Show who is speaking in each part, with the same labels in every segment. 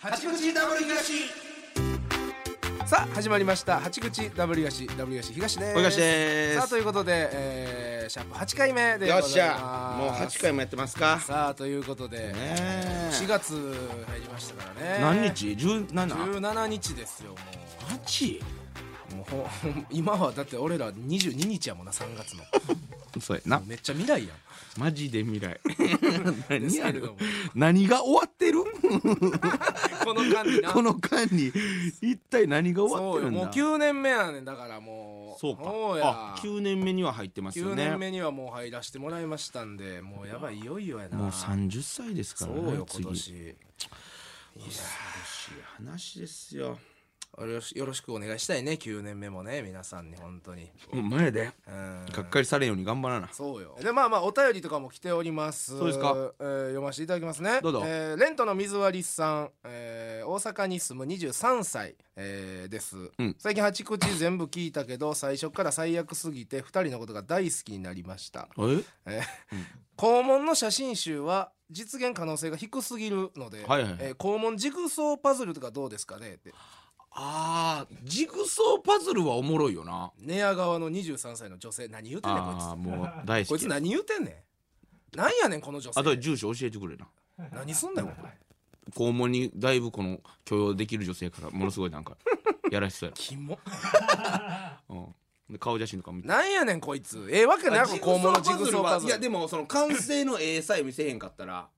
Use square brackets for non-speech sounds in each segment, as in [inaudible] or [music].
Speaker 1: 八口ダブル東さあ始まりました八口ダブル東ダブル東東です
Speaker 2: お東です
Speaker 1: さあということで、えー、シャープ八回目でござい
Speaker 2: よっ
Speaker 1: ます
Speaker 2: しゃもう8回もやってますか
Speaker 1: さあということで、
Speaker 2: ねえ
Speaker 1: 4月入りましたからね
Speaker 2: 何日 ?17?
Speaker 1: 17日ですよも
Speaker 2: マジ
Speaker 1: う [laughs] もうほん今はだって俺ら22日やもんな3月
Speaker 2: [laughs]
Speaker 1: の
Speaker 2: そうやな
Speaker 1: めっちゃ未来やん
Speaker 2: マジで
Speaker 1: [laughs]
Speaker 2: 未来
Speaker 1: で
Speaker 2: 何
Speaker 1: す
Speaker 2: や
Speaker 1: けれど
Speaker 2: る
Speaker 1: も
Speaker 2: 何が終わってる
Speaker 1: この間にな
Speaker 2: この間に一体何が終わっ
Speaker 1: そ
Speaker 2: て
Speaker 1: う
Speaker 2: る
Speaker 1: よ
Speaker 2: んだ
Speaker 1: もう9年目やねんだからもう
Speaker 2: そうか
Speaker 1: や
Speaker 2: あ9年目には入ってますよ
Speaker 1: 9
Speaker 2: ね
Speaker 1: 年目にはもう入らせてもらいましたんでもうやばいいよいよやな
Speaker 2: もう30歳ですから
Speaker 1: そ
Speaker 2: ね
Speaker 1: うよ
Speaker 2: 次
Speaker 1: 今
Speaker 2: 恐
Speaker 1: 年
Speaker 2: ろしい話ですよ
Speaker 1: あれよしよろしくお願いしたいね9年目もね皆さんに本当に
Speaker 2: 前で
Speaker 1: うん
Speaker 2: がっかりされんように頑張らな
Speaker 1: そうよでまあまあお便りとかも来ております
Speaker 2: そうですか
Speaker 1: えー読ませていただきますね
Speaker 2: どうぞ
Speaker 1: えーレントの水割りさん、えー大阪に住む23歳、えーです、
Speaker 2: うん
Speaker 1: 最近八口全部聞いたけど最初から最悪すぎて2人のことが大好きになりました
Speaker 2: え
Speaker 1: えー肛門の写真集は実現可能性が低すぎるので、
Speaker 2: はいはいはい
Speaker 1: えー肛門ジグソーパズルとかどうですかねって
Speaker 2: あージグソーパズルはおもろいよな
Speaker 1: 寝屋川の23歳の女性何言うてんねんこ
Speaker 2: ああ
Speaker 1: い
Speaker 2: もう大
Speaker 1: つこ
Speaker 2: 好
Speaker 1: いつ
Speaker 2: き
Speaker 1: 何言うてんねんなんやねんこの女性
Speaker 2: あとで住所教えてくれな
Speaker 1: 何すんねんお前
Speaker 2: 肛門にだいぶこの許容できる女性からものすごい [laughs] なんかやらしそうや
Speaker 1: キモ
Speaker 2: ろ、うん、で顔写真とか見て
Speaker 1: なんやねんこいつええわけないやろ肛門のジグソーパズル
Speaker 2: いやでもその完成の絵さえ見せへんかったら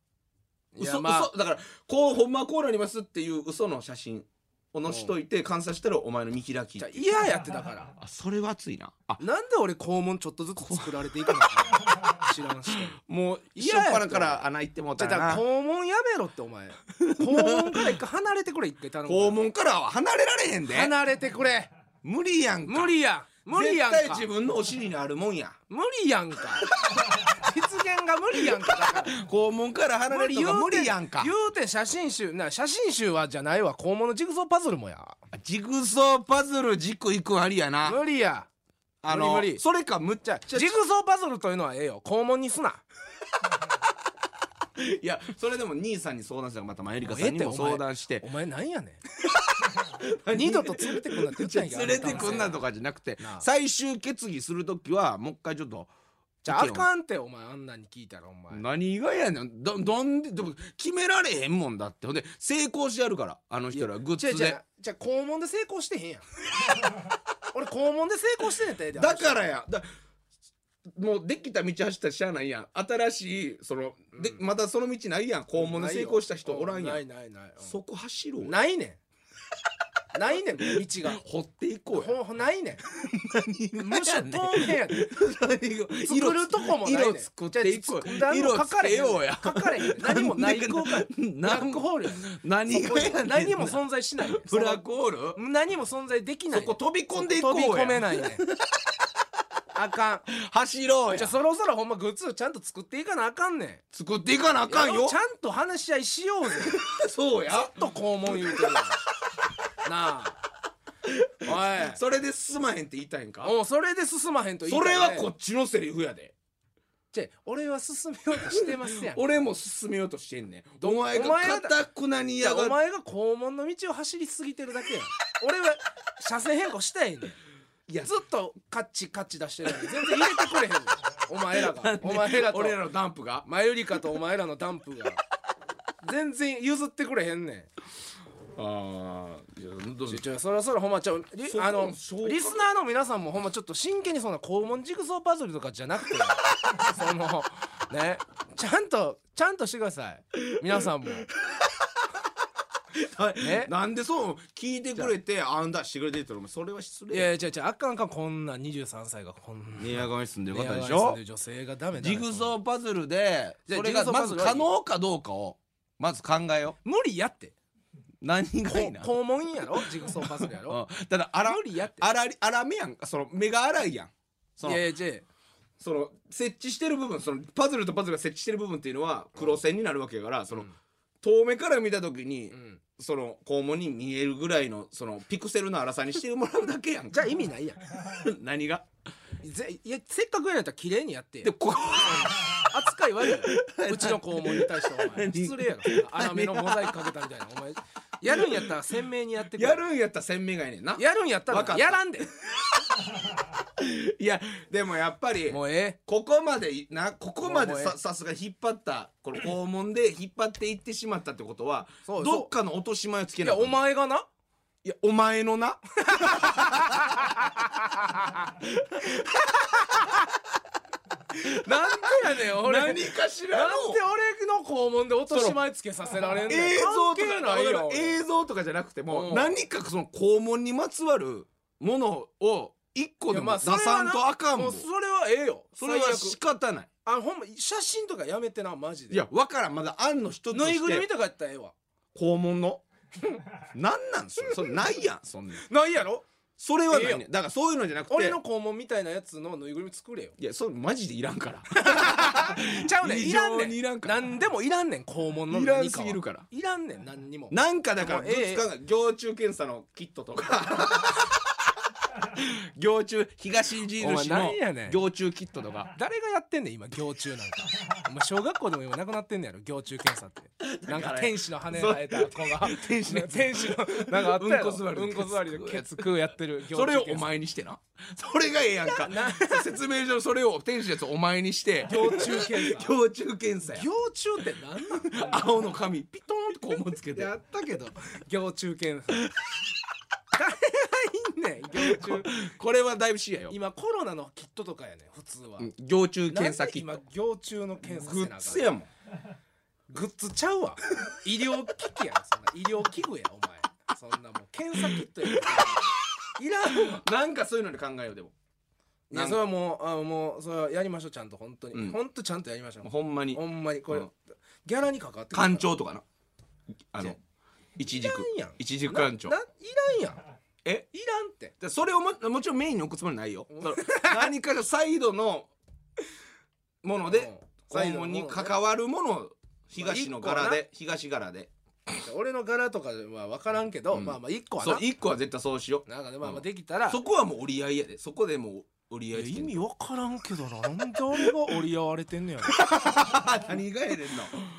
Speaker 1: いや
Speaker 2: 嘘、
Speaker 1: まあ
Speaker 2: 嘘だからこうほんまはこうなりますっていう嘘の写真を載しといて完成したらお前の見開き
Speaker 1: じゃあ嫌やってだから
Speaker 2: あそれは熱いなあ
Speaker 1: なんで俺肛門ちょっとずつ作られていくのか
Speaker 2: [laughs]
Speaker 1: な知らん人に
Speaker 2: もう
Speaker 1: 嫌やって
Speaker 2: 初っ端から穴行ってもう
Speaker 1: じ
Speaker 2: た
Speaker 1: ゃあだ
Speaker 2: ら
Speaker 1: から
Speaker 2: な
Speaker 1: 肛門やめろってお前
Speaker 2: [laughs]
Speaker 1: 肛門から一回離れてくれ一回頼む
Speaker 2: 肛門からは離れられへんで
Speaker 1: 離れてくれ
Speaker 2: 無理やんか
Speaker 1: 無理やん無理やん
Speaker 2: 絶
Speaker 1: か
Speaker 2: 対自分のお尻にあるもんや
Speaker 1: 無理やんか実現が無理やんかだから
Speaker 2: 肛門から離れるとか無理やんか
Speaker 1: 言うて写真集な写真集はじゃないわ肛門のジグソーパズルもや
Speaker 2: ジグソーパズル軸いくんありやな
Speaker 1: 無理や
Speaker 2: あの
Speaker 1: 無理無理
Speaker 2: それかむっち
Speaker 1: じ
Speaker 2: ゃ
Speaker 1: ゃあジグソーパズルというのはええよ肛門にすない
Speaker 2: やそれでも兄さんに相談したらまたマユリカさんに
Speaker 1: もう
Speaker 2: も
Speaker 1: ええってお前
Speaker 2: 相談して
Speaker 1: お前なんやね
Speaker 2: [laughs]
Speaker 1: ん二度と連れてくんなって言っ
Speaker 2: じ
Speaker 1: た
Speaker 2: ゃ
Speaker 1: んや
Speaker 2: 連れてくんなと
Speaker 1: か
Speaker 2: かじゃなくて
Speaker 1: なあ
Speaker 2: 最終決議するときはもう一回ちょっと
Speaker 1: じゃああ
Speaker 2: 意見を
Speaker 1: かんってお前あんなんに聞いたらお前
Speaker 2: 何がやねんどどんででも決められへんもんだってほんで成功してやるからあの人らグッ
Speaker 1: じゃ
Speaker 2: ズ
Speaker 1: じ
Speaker 2: で
Speaker 1: ゃじゃ肛門で成功してへ
Speaker 2: [laughs]
Speaker 1: んやん俺肛門で成功してんねんて
Speaker 2: だかららやだもうできた道走ったらしゃあないやん新しいその、でまたその道ないやん肛門で成功した人おらんやん
Speaker 1: ないないないうん
Speaker 2: そこ走ろうよ
Speaker 1: ないねんないねんこの道が
Speaker 2: 掘っていこうや
Speaker 1: ほほないねんむ
Speaker 2: む
Speaker 1: し
Speaker 2: [laughs]
Speaker 1: ろ透明やで
Speaker 2: 色
Speaker 1: 作るとこもないねん
Speaker 2: 色作っていこう
Speaker 1: じゃあ何
Speaker 2: 色
Speaker 1: も書か
Speaker 2: つ
Speaker 1: れへ
Speaker 2: け
Speaker 1: ん
Speaker 2: ようや
Speaker 1: 書かれへん何もない空間ブラ
Speaker 2: な
Speaker 1: ックホールや
Speaker 2: [laughs] 何がやねんな
Speaker 1: 何も存在しないねん
Speaker 2: [laughs] ブラックホール
Speaker 1: その何も存在できない
Speaker 2: そこ飛び込んでいこうや
Speaker 1: 飛び込めないねんあかん
Speaker 2: 走ろう
Speaker 1: じゃ
Speaker 2: や
Speaker 1: あそろそろほんまグッズちゃんと作っていかなあかんねん
Speaker 2: 作っていかなあかんよ
Speaker 1: ちゃんと話し合いしようぜ
Speaker 2: そうや
Speaker 1: と肛門言うてるやん
Speaker 2: [laughs]
Speaker 1: なあ
Speaker 2: それで進まへんって言いたいんか
Speaker 1: おいもうそれで進まへんと言い
Speaker 2: そ
Speaker 1: たい
Speaker 2: れ
Speaker 1: ね
Speaker 2: はこっちのセリフやで
Speaker 1: ちょ俺は進めようとしてますやん
Speaker 2: 俺も進めようとしてんねんお前が
Speaker 1: お前
Speaker 2: か
Speaker 1: が
Speaker 2: たくなに
Speaker 1: い
Speaker 2: や
Speaker 1: やお
Speaker 2: がって
Speaker 1: 前が肛門の道を走りすぎてるだけやん俺は車線変更したいねん
Speaker 2: いや
Speaker 1: ずっとカッチカッチ出してるのに全然入れてくれへんねんお前らがお前らと
Speaker 2: 俺らのダンプが
Speaker 1: マユリカとお前らのダンプが全然譲ってくれへんねん
Speaker 2: ああいやどうぞ
Speaker 1: ちょそろそろほんまちょリ
Speaker 2: そこ
Speaker 1: あのリス
Speaker 2: そうか
Speaker 1: ナーの皆さんもほんまちょっと真剣にそんな肛門ジグソーパズルとかじゃなく [laughs] てそのねちゃんとちゃんとしてください皆 [laughs] さんもえ
Speaker 2: なんでそう聞いてくれてあんだしてくれてるってお前それは失
Speaker 1: い
Speaker 2: 礼
Speaker 1: や
Speaker 2: や
Speaker 1: いや違う違うあかんあかんこんな23歳がこんな
Speaker 2: 寝屋川に住んでる方
Speaker 1: 恋
Speaker 2: でし
Speaker 1: 愛す
Speaker 2: ょ
Speaker 1: る女性がダメだ
Speaker 2: ジグソーパズルで
Speaker 1: じゃあ
Speaker 2: それが
Speaker 1: ジグソー
Speaker 2: ま
Speaker 1: パズ
Speaker 2: ず
Speaker 1: ルは
Speaker 2: 可能かどうかをまず考えよう
Speaker 1: 無理やって
Speaker 2: 何
Speaker 1: こ
Speaker 2: がいいな
Speaker 1: 肛門やろジグソーパズル [laughs] や
Speaker 2: うん
Speaker 1: ろ
Speaker 2: ただあら
Speaker 1: 無理やって
Speaker 2: あらあらめやんかその目が荒いやんそ
Speaker 1: い
Speaker 2: の
Speaker 1: やいや違う
Speaker 2: その設置してる部分そのパズルとパズルが設置してる部分っていうのは黒線になるわけやからその、
Speaker 1: うん
Speaker 2: 遠目から見た時に、
Speaker 1: うん
Speaker 2: その肛門に見えるぐらいのそのピクセルの粗さにしてもらうだけやん
Speaker 1: じゃあ
Speaker 2: か
Speaker 1: 意味ないやん
Speaker 2: 何が
Speaker 1: ぜいやせっかくやんやったら綺麗にやってや
Speaker 2: でこ
Speaker 1: 扱い悪いようちの肛門に対してお前失礼やろそんな粗めのモザイクかけたみたいなお前やるんやったら鮮明にやってくれ
Speaker 2: やるんやったら鮮明がいいねんな
Speaker 1: やるんやったら
Speaker 2: わかった
Speaker 1: やらんで
Speaker 2: いやでもやっぱり
Speaker 1: もうえ
Speaker 2: ここまでいなここまで
Speaker 1: もうもうえ
Speaker 2: ささすが引っ張ったこの肛門で引っ張っていってしまったってことは
Speaker 1: そうそう
Speaker 2: どっかの落とし前をつ
Speaker 1: え
Speaker 2: け
Speaker 1: い
Speaker 2: な
Speaker 1: や
Speaker 2: い
Speaker 1: お前がない
Speaker 2: やお前のな
Speaker 1: なんでやねん俺なん
Speaker 2: 何
Speaker 1: で
Speaker 2: かしらの
Speaker 1: 俺の肛門で落とし前つけさせられんねん
Speaker 2: 映像とか
Speaker 1: 関係ないよ
Speaker 2: 映像とかじゃなくて
Speaker 1: う
Speaker 2: も
Speaker 1: ん
Speaker 2: 何かその肛門にまつわるものを一個
Speaker 1: い
Speaker 2: で
Speaker 1: やま
Speaker 2: も
Speaker 1: あ
Speaker 2: 出さんとあかんも
Speaker 1: も
Speaker 2: ん
Speaker 1: う
Speaker 2: そ
Speaker 1: それはええよ
Speaker 2: れ
Speaker 1: 最
Speaker 2: は
Speaker 1: 悪
Speaker 2: 仕方ない
Speaker 1: あのほんま写真とかやめてなマジで
Speaker 2: いやわからんまだ案の一つと
Speaker 1: ぬい
Speaker 2: し
Speaker 1: ぐるみ
Speaker 2: て
Speaker 1: とかやったらええわ
Speaker 2: 肛門の [laughs] なんなんそれそれないやんそんな
Speaker 1: ないやろ
Speaker 2: それはない
Speaker 1: ええ
Speaker 2: ねだからそういうのじゃなくて
Speaker 1: 俺の肛門みたいなやつのぬいぐるみ作れよ
Speaker 2: いやそれマジでいらんから
Speaker 1: ちゃうねん
Speaker 2: 異
Speaker 1: いらん
Speaker 2: 常
Speaker 1: ね
Speaker 2: に
Speaker 1: ん
Speaker 2: いらんから
Speaker 1: 何でもいらんねん肛門の
Speaker 2: いらん
Speaker 1: 何か
Speaker 2: す
Speaker 1: は
Speaker 2: ぎるから
Speaker 1: いらんねん何にも
Speaker 2: なんかだから
Speaker 1: もう
Speaker 2: グッズ感が行中検査のキットとか [laughs] 行中東
Speaker 1: お
Speaker 2: 印
Speaker 1: 前
Speaker 2: の
Speaker 1: 何やねん
Speaker 2: 行中キットとか
Speaker 1: 誰がやってんねん今行虫な
Speaker 2: [laughs]
Speaker 1: んかお前小学校でも今なくなってんねやろ行虫検査ってなんか天使の羽生えた子が
Speaker 2: [laughs] 天使の
Speaker 1: 天使のなんかあったやろ
Speaker 2: うんこ座り
Speaker 1: う
Speaker 2: で
Speaker 1: んこ座りでケツ食うやってる
Speaker 2: [laughs] それをお
Speaker 1: 行
Speaker 2: 前にしてなそれがええやんか
Speaker 1: な
Speaker 2: 説明書のそれを天使のやつをお前にして
Speaker 1: 虫検査
Speaker 2: 行中検査や
Speaker 1: 行虫って何なん
Speaker 2: 青の紙ピトーンと肛門つけて
Speaker 1: やったけど行中検査誰がいんねん行中
Speaker 2: [laughs] これはだいぶ視野よ
Speaker 1: 今コロナのキットとかやねん普通は、
Speaker 2: うん行中
Speaker 1: なん
Speaker 2: 検査
Speaker 1: で
Speaker 2: キッ
Speaker 1: 今
Speaker 2: ト
Speaker 1: 行中の検査
Speaker 2: グ
Speaker 1: せなあ
Speaker 2: ッ
Speaker 1: かん
Speaker 2: ズやもん
Speaker 1: グッズちゃう [laughs] わ医療機器やんそんな医療器具やお前そんなもう検査キットやんいらんわ
Speaker 2: なんかそういうのに考えようでも
Speaker 1: いやそれはもうあもうそれはやりましょうちゃんと本当に、
Speaker 2: うん
Speaker 1: 本当ちゃんとやりましょう
Speaker 2: ほんまに
Speaker 1: ほんまにこれ、
Speaker 2: うん
Speaker 1: ギャラにかかって
Speaker 2: 館
Speaker 1: い
Speaker 2: 長とかなあ
Speaker 1: じゃ
Speaker 2: の
Speaker 1: あ
Speaker 2: 一
Speaker 1: ら
Speaker 2: 軸
Speaker 1: んやん
Speaker 2: 一軸館長
Speaker 1: ないらんやん
Speaker 2: え
Speaker 1: いらんって
Speaker 2: でそれをももちろんメインに置くつもりないよその何かのサイドのもの
Speaker 1: うん
Speaker 2: で
Speaker 1: サイ
Speaker 2: 肛
Speaker 1: ドのも
Speaker 2: 門
Speaker 1: のね
Speaker 2: に関わるものを東の
Speaker 1: ま
Speaker 2: 柄
Speaker 1: あ一個は
Speaker 2: で東柄で
Speaker 1: 俺の柄とかは分からんけど、
Speaker 2: うん
Speaker 1: まあまあ一個は
Speaker 2: そう
Speaker 1: な
Speaker 2: 一個は絶対そうしよ
Speaker 1: なんかねまあま
Speaker 2: う
Speaker 1: あ
Speaker 2: ん
Speaker 1: できたら、
Speaker 2: うそこはもう折り合いやでそこでもう折
Speaker 1: い
Speaker 2: り合
Speaker 1: や
Speaker 2: いつけ
Speaker 1: 意
Speaker 2: ん
Speaker 1: 味分からんけどななんで俺が折り合われてんねや [laughs] ろ
Speaker 2: 何がやねんの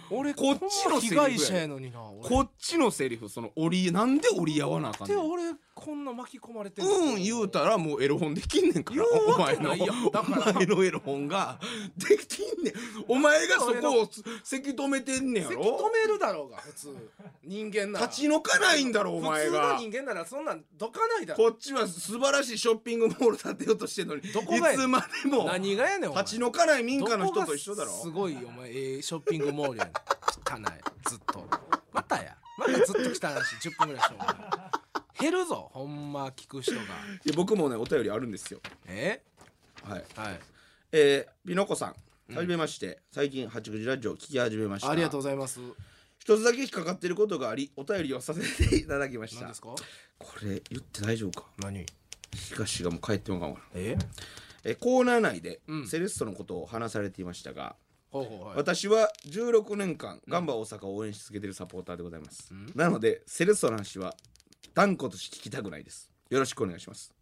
Speaker 1: 俺
Speaker 2: こっちの
Speaker 1: 被
Speaker 2: セリフや
Speaker 1: 害者やのにな俺
Speaker 2: こっちのセリフその折りなんで折り合わなあかん
Speaker 1: で
Speaker 2: ねん
Speaker 1: 俺こんな巻き込まれて
Speaker 2: うん言うたらもうエロ本できんねんから
Speaker 1: 言う
Speaker 2: お
Speaker 1: わ
Speaker 2: 前
Speaker 1: け
Speaker 2: の
Speaker 1: ないやんだから
Speaker 2: お前のエロ本ができんねんお前がそこをつせき止めてんねんや
Speaker 1: せき止
Speaker 2: ろ
Speaker 1: めるだろうが普通人間なら
Speaker 2: 立ち退かないんだろお前が
Speaker 1: 普通の人間ならそんなんどかないだろ
Speaker 2: こっちは素晴らしいショッピングモール建てようとしてんのにい
Speaker 1: どこがや
Speaker 2: つまでも
Speaker 1: 何がやねんお前
Speaker 2: 立ち退かない民家の人と一緒だろ
Speaker 1: どこがすごいお前ええショッピングモールやねん汚いずっとまたやまたずっと汚いし10分ぐらいしよう減るぞほんま聞く人が
Speaker 2: いや僕もねお便りあるんですよ
Speaker 1: え
Speaker 2: はい
Speaker 1: はい
Speaker 2: えー、ピノコさんはじめまして、最近八口ラジオを聞き始めました
Speaker 1: ありがとう
Speaker 2: う
Speaker 1: ございます
Speaker 2: 一つだけ引っかかっていることがありお便りをさせていただきました
Speaker 1: 何ですか
Speaker 2: これ言って大丈夫か
Speaker 1: 何
Speaker 2: 東がもう帰ってもらおうかな
Speaker 1: え
Speaker 2: えコーナー内で
Speaker 1: うん
Speaker 2: セレッソのことを話されていましたが、
Speaker 1: ほうほうはい
Speaker 2: 私は16年間ガンバ大阪を応援し続けているサポーターでございます、
Speaker 1: うん
Speaker 2: なのでセレッソの話は断固として聞きたくないですよろしくお願いします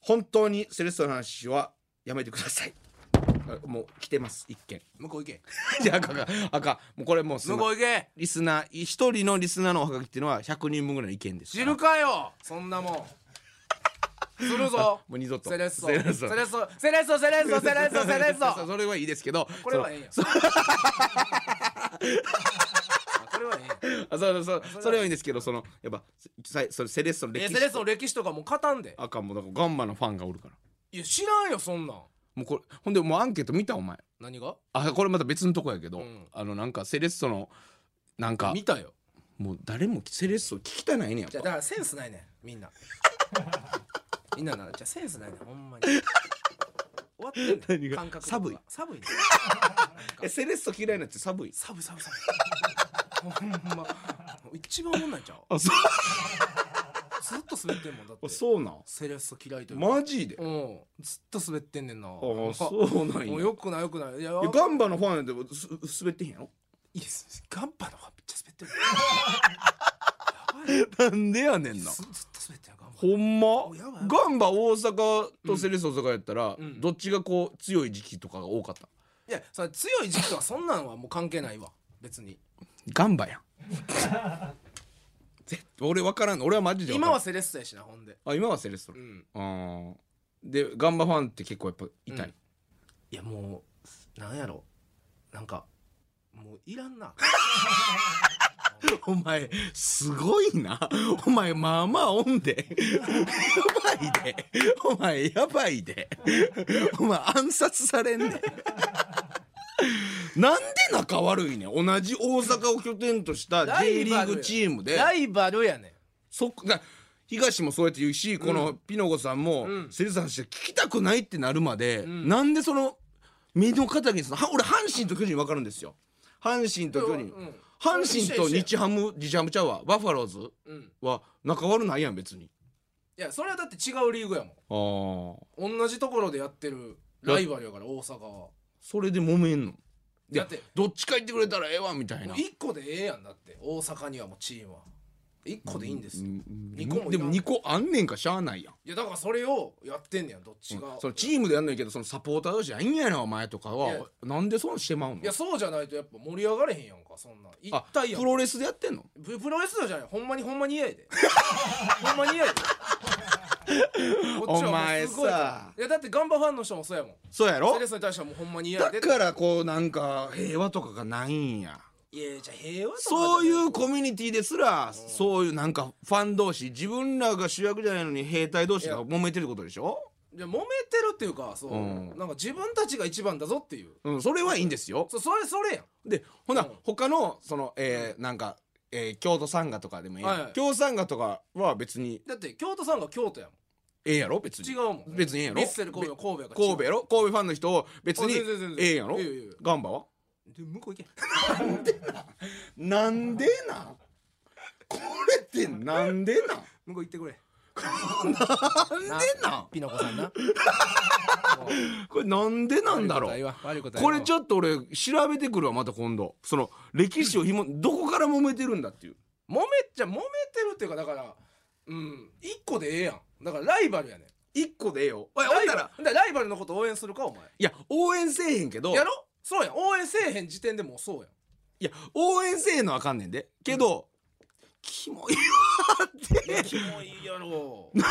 Speaker 2: 本当にセレッソの話はやめてくださいあもう来てます一件
Speaker 1: 向こう行け
Speaker 2: じゃあ [laughs] 赤が赤もうこれもうす
Speaker 1: 向こ
Speaker 2: ご
Speaker 1: う
Speaker 2: い
Speaker 1: 行け
Speaker 2: リスナー一人のリスナーのおはがきっていうのは100人分ぐらいの意見です
Speaker 1: 知るかよそんなもんするぞ
Speaker 2: もう二度と
Speaker 1: セレッソ
Speaker 2: セ
Speaker 1: セ
Speaker 2: レ
Speaker 1: レ
Speaker 2: ッ
Speaker 1: ッ
Speaker 2: ソ
Speaker 1: ソセレッソセレッソセレッソセレッソセレッ
Speaker 2: [laughs] そう
Speaker 1: ソ
Speaker 2: それはいいですけど
Speaker 1: これはええやん
Speaker 2: そ
Speaker 1: あこれはええやん
Speaker 2: あそうそうそうそれはいいんですけどそのやっぱさそれセレッソの
Speaker 1: え
Speaker 2: 歴史
Speaker 1: セレッソの歴史とかもう勝たんで
Speaker 2: あかんもうだからガンバのファンがおるから
Speaker 1: いや知らんよそんなん
Speaker 2: もうこれほんでもうアンケート見たお前
Speaker 1: 何が
Speaker 2: あこれまた別のとこやけど、
Speaker 1: うん
Speaker 2: あのなんかセレッソのなんか
Speaker 1: 見たよ
Speaker 2: もう誰もセレッソ聞きたないねんや
Speaker 1: じゃ
Speaker 2: っ
Speaker 1: あ
Speaker 2: ぱ
Speaker 1: だからセンスないねんみん
Speaker 2: [laughs]
Speaker 1: なみんななじゃあセンスないねんほんまに終わってん
Speaker 2: 何
Speaker 1: ねん
Speaker 2: が
Speaker 1: 感覚
Speaker 2: 寒い
Speaker 1: 寒いね
Speaker 2: えセレッソ嫌いなって寒い
Speaker 1: 寒い寒い寒いほんま一番おもんないんちゃう
Speaker 2: あそ
Speaker 1: ずっと滑ってんもんだって
Speaker 2: うそうなん
Speaker 1: セレッソ嫌いというか
Speaker 2: マジで
Speaker 1: うんずっと滑ってんねんなあ
Speaker 2: あそうなんや
Speaker 1: もうよくないよくないいや
Speaker 2: いやガンバのファンでもす滑ってへんやろ
Speaker 1: いいですガンパの方がめっちゃ滑ってるやばい
Speaker 2: なん [laughs] でやねん
Speaker 1: なずずっと滑ってるガンパ
Speaker 2: ほんま
Speaker 1: おやばい
Speaker 2: ガンバ大阪とセレッソ大阪やったら、
Speaker 1: うん
Speaker 2: どっちがこう強い時期とかが多かった
Speaker 1: いやそれ強い時期
Speaker 2: [laughs]
Speaker 1: とはそんなんはもう関係ないわ別に
Speaker 2: ガンバやん俺分からんの俺はマジで分
Speaker 1: 今
Speaker 2: からん
Speaker 1: はセレッソやしなほんで
Speaker 2: あ今はセレッソ
Speaker 1: うん
Speaker 2: あーでガンバファンって結構やっぱ痛い、
Speaker 1: うんいやもうなんやろなんかもういらんな
Speaker 2: お前すごいなお前まあまあおんでやばいでお前やばいでお前暗殺されんねんなんで仲悪いねん同じ大阪を拠点とした J リーグチームで
Speaker 1: ライバルやねん
Speaker 2: そっか東もそうやって言うし、このピノゴさんも、
Speaker 1: うん
Speaker 2: セリさんして聞きたくないってなるまで、
Speaker 1: ん
Speaker 2: なんでその目の敵にそのは俺阪神と巨人分かるんですよ阪神と巨人、
Speaker 1: うん
Speaker 2: 阪神と日ハム日ハムちゃうわバファローズ
Speaker 1: うん
Speaker 2: は仲悪ないやん別に
Speaker 1: いやそれはだって違うリーグやも
Speaker 2: あー
Speaker 1: ん同じところでやってるライバルやから大阪は
Speaker 2: それで揉めんのい
Speaker 1: だ
Speaker 2: や
Speaker 1: って
Speaker 2: どっちか言ってくれたらええわみたいな
Speaker 1: 1個でええやんだって大阪にはもうチームは1個でいいんですよ、
Speaker 2: うん
Speaker 1: 二個もいらん
Speaker 2: でも2個あんねんかしゃあないやん
Speaker 1: いやだからそれをやってんねやんどっちが、
Speaker 2: そのチームでやんないけどそのサポーター同士やんやなお前とか
Speaker 1: いや
Speaker 2: はなんでそうしてまうの
Speaker 1: いやそうじゃないとやっぱ盛り上がれへんやんかそんなん一
Speaker 2: あ
Speaker 1: 体やん
Speaker 2: プロレスでやってんの
Speaker 1: ププロレスラーじゃないほんまにほんまに嫌やで [laughs] ほんまに嫌や
Speaker 2: [laughs]
Speaker 1: でこっちはもうすごい
Speaker 2: お前さ
Speaker 1: いやだってガンバファンの人もそうやもん
Speaker 2: そうやろ
Speaker 1: セレッソに対してはもうほんまに嫌やで
Speaker 2: だからこうなんか平和とかがないんや
Speaker 1: いやじゃあ平和とかじゃない
Speaker 2: そういうコミュニティですらそういうなんかファン同士自分らが主役じゃないのに兵隊同士が揉めてることでしょ
Speaker 1: いや揉めてるっていうかそう、
Speaker 2: うん
Speaker 1: なんか自分たちが一番だぞっていう
Speaker 2: うんそれはいいんですよ
Speaker 1: そそれそれやん
Speaker 2: でほな、
Speaker 1: うん
Speaker 2: 他のそのえーなんか、えー京都サンガとかでもええやん、
Speaker 1: はいはい
Speaker 2: 京都サンガとかは別に
Speaker 1: だって京都さんが京都やもん
Speaker 2: ええやろ別に
Speaker 1: 違うもん
Speaker 2: 別にええやろ
Speaker 1: ヴィッセル神戸は神戸やから
Speaker 2: 神戸やろ神戸ファンの人を別に
Speaker 1: あ全然全然
Speaker 2: ええやろ
Speaker 1: いいよいいよ
Speaker 2: ガンバは
Speaker 1: で向こう行け
Speaker 2: なんでなこれってなんでな
Speaker 1: 向こう行ってくれ
Speaker 2: なんでな
Speaker 1: ピノコさんな
Speaker 2: これなんでなんだろうこれち
Speaker 1: ょっ
Speaker 2: ょっと俺調べてくるわまた今度その歴史を [laughs] ひもどこから揉めてるんだっていう
Speaker 1: と揉めっちゃ揉めてるっていうかだからうん一個でええやんだからライバルやねん
Speaker 2: 一個でええよおい
Speaker 1: ラ
Speaker 2: ほん
Speaker 1: イ
Speaker 2: な
Speaker 1: バ
Speaker 2: ら
Speaker 1: ルだからライバルのこと応援するかお前
Speaker 2: いや応援せえへんけど
Speaker 1: やろそうやん応援せえへん時点でもうそうやん
Speaker 2: いや応援せえのはあかんねんでけど、キモい
Speaker 1: いやキモいやろ
Speaker 2: な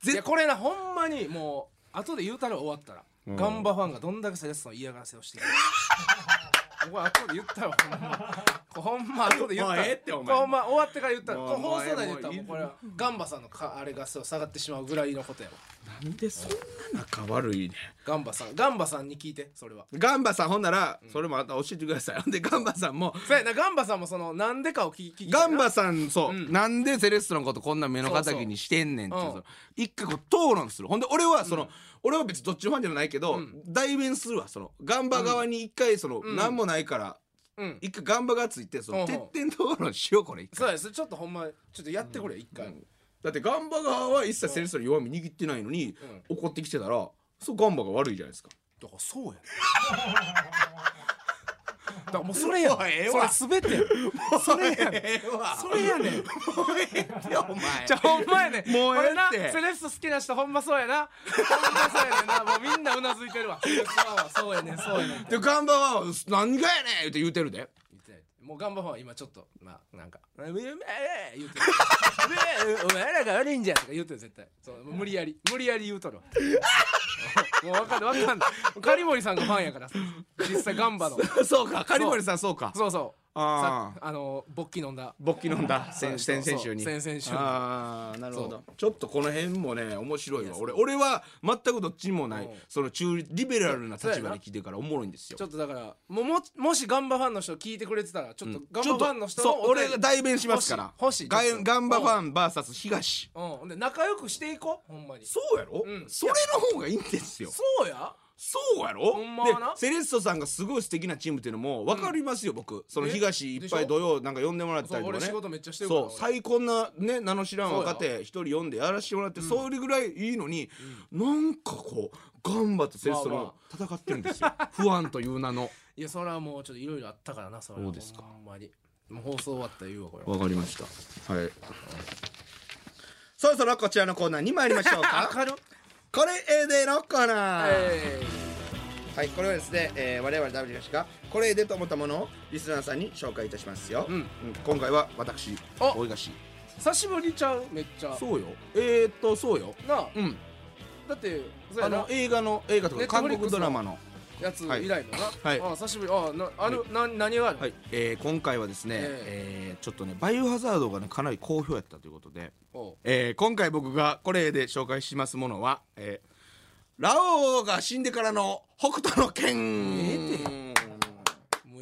Speaker 1: 絶対これなほんまにもう後で言うたら終わったら、
Speaker 2: うん
Speaker 1: ガンバファンがどんだけセレッソの嫌がらせをして [laughs] いるこれ後で言ったらほんまこれほんま後で言った
Speaker 2: も
Speaker 1: ら
Speaker 2: うええってお前
Speaker 1: これほんま終わってから言ったら
Speaker 2: もう
Speaker 1: これ放送内で言
Speaker 2: も
Speaker 1: っ
Speaker 2: う
Speaker 1: たらもう
Speaker 2: もう
Speaker 1: これはガンバさんのかあれがそう下がってしまうぐらいのことやわ
Speaker 2: なんでそんな仲悪いね
Speaker 1: ガンバさんガンバさんに聞いてそれは
Speaker 2: ガンバさんほんなら、それもまた教えてくださいほんでガンバさんも
Speaker 1: そうやなガンバさんもそのなんでかを聞き聞きたいな
Speaker 2: ガンバさんそう、
Speaker 1: うん
Speaker 2: なんでセレッソのことこんな目の敵にしてんねんっていう
Speaker 1: そうそう
Speaker 2: その一回こう討論するほんで俺はその、俺は別にどっちのファンじゃないけど、
Speaker 1: うん
Speaker 2: 代弁するわそのガンバ側に一回その、
Speaker 1: うん
Speaker 2: 何もないから
Speaker 1: うん
Speaker 2: 一回ガンバがついてその、
Speaker 1: うん
Speaker 2: てっぺん討論しようこれ一
Speaker 1: そう
Speaker 2: 回、
Speaker 1: やそれちょっとほんまちょっとやってくれ一回、
Speaker 2: うんだってガンバ側は一切セレッソの弱み握ってないのに、
Speaker 1: うん
Speaker 2: 怒ってきてたらそうガンバが悪いじゃないですか
Speaker 1: だからそうやね [laughs] だからもうそれや
Speaker 2: もうえ
Speaker 1: ね
Speaker 2: え
Speaker 1: んそれ
Speaker 2: わ
Speaker 1: 全てやねん [laughs] それやねん
Speaker 2: えわ
Speaker 1: それやねん
Speaker 2: [laughs] お前
Speaker 1: じゃあほんまやねん
Speaker 2: もうええって
Speaker 1: 俺なセレッソ好きな人ほんまそうやなほんまそうやねんなもうみんなうなずいてる
Speaker 2: [laughs]
Speaker 1: わセレッソファンはそうやねんそうやねんって
Speaker 2: でガンバは何がやねんって言うてる
Speaker 1: [laughs]
Speaker 2: で
Speaker 1: 言ってないもうガンバファンは今ちょっとまあなんか「うめえうめえ」言うてる「うめえお前らが悪いんじゃ」とか言うてる絶対そうもう無理やり無理やり言うとるわもう分かんない分かんないカリモリさんがファンやから実際ガンバの
Speaker 2: そうか狩森さんそうか
Speaker 1: そうそう
Speaker 2: あ
Speaker 1: さあの勃起飲んだ
Speaker 2: 勃起飲ん [laughs] だ
Speaker 1: そう
Speaker 2: 先先
Speaker 1: そう
Speaker 2: 々週に
Speaker 1: 先々週に
Speaker 2: ああなるほ
Speaker 1: そう
Speaker 2: どちょっとこの辺もね面白いわ
Speaker 1: いや
Speaker 2: 俺俺は全くどっちにもない
Speaker 1: うん
Speaker 2: その中リベラルな
Speaker 1: そうや
Speaker 2: 立場
Speaker 1: な
Speaker 2: で聞いてるからおもろいんですよ
Speaker 1: ちょっとだからもうももしガンバファンの人聞いてくれてたらちょっとガンバファンの人
Speaker 2: ちょっ
Speaker 1: の
Speaker 2: とそう
Speaker 1: お便
Speaker 2: 俺
Speaker 1: り
Speaker 2: が代弁しますから
Speaker 1: 欲しい
Speaker 2: ガ
Speaker 1: 欲しいちょっ
Speaker 2: ン
Speaker 1: と
Speaker 2: ガンバファン VS 東
Speaker 1: うんほんで仲良くしていこうほんまにそ
Speaker 2: そうやろ
Speaker 1: うん
Speaker 2: それの方がいいんですよ
Speaker 1: うや
Speaker 2: そうやろ
Speaker 1: ほんまはな
Speaker 2: でセレッソさんがすごい素敵なチームっていうのも分かりますよ、僕その
Speaker 1: ね
Speaker 2: 東いっぱい
Speaker 1: で
Speaker 2: 土曜なんか呼んでもらった
Speaker 1: そう
Speaker 2: りとか
Speaker 1: 俺
Speaker 2: ね
Speaker 1: 仕事めっちゃしてるから
Speaker 2: そう最高なね名の知らん
Speaker 1: そうよ
Speaker 2: 若手一人呼んでやらしてもらってそれぐらいいいのに、なんかこう頑張ってセレッソ
Speaker 1: まあま
Speaker 2: の戦ってるん
Speaker 1: [laughs]
Speaker 2: ですよ、不安という名の
Speaker 1: いやそれはもうちょっといろいろあったからなそれは
Speaker 2: そうですか
Speaker 1: ほんまにもう放送終わったら言うわこれ
Speaker 2: わかりましたはいそろそろこ [laughs] ちらのコーナーに参りましょうか
Speaker 1: 明るっ
Speaker 2: これええでのコーナー、
Speaker 1: え
Speaker 3: はい、これはですね、えー、我々 W 東がこれでと思ったものをリスナーさんに紹介いたしますよ、
Speaker 1: うん
Speaker 3: 今回は私
Speaker 1: あ
Speaker 3: 大東
Speaker 1: 久しぶりちゃうめっちゃ
Speaker 2: そうよえー、っとそうよ
Speaker 1: なあ
Speaker 2: うん
Speaker 1: だってそう
Speaker 2: あ
Speaker 1: やな
Speaker 2: の映画の映画と
Speaker 1: ネ
Speaker 2: か
Speaker 1: ットフ
Speaker 2: 韓
Speaker 1: リック
Speaker 2: 国
Speaker 1: スの
Speaker 2: ドラマの
Speaker 1: やつ以来だな、
Speaker 2: はい
Speaker 1: あ久しぶりあなあの、な何がある、
Speaker 2: はい、えー、今回はですね、え
Speaker 1: え
Speaker 2: ーちょっとね「バイオハザード」がねかなり好評やったということで、
Speaker 1: おう
Speaker 2: えー今回僕がこれで紹介しますものは、えーラオウが死んでからの北斗の
Speaker 1: ええて
Speaker 2: 剣
Speaker 1: もう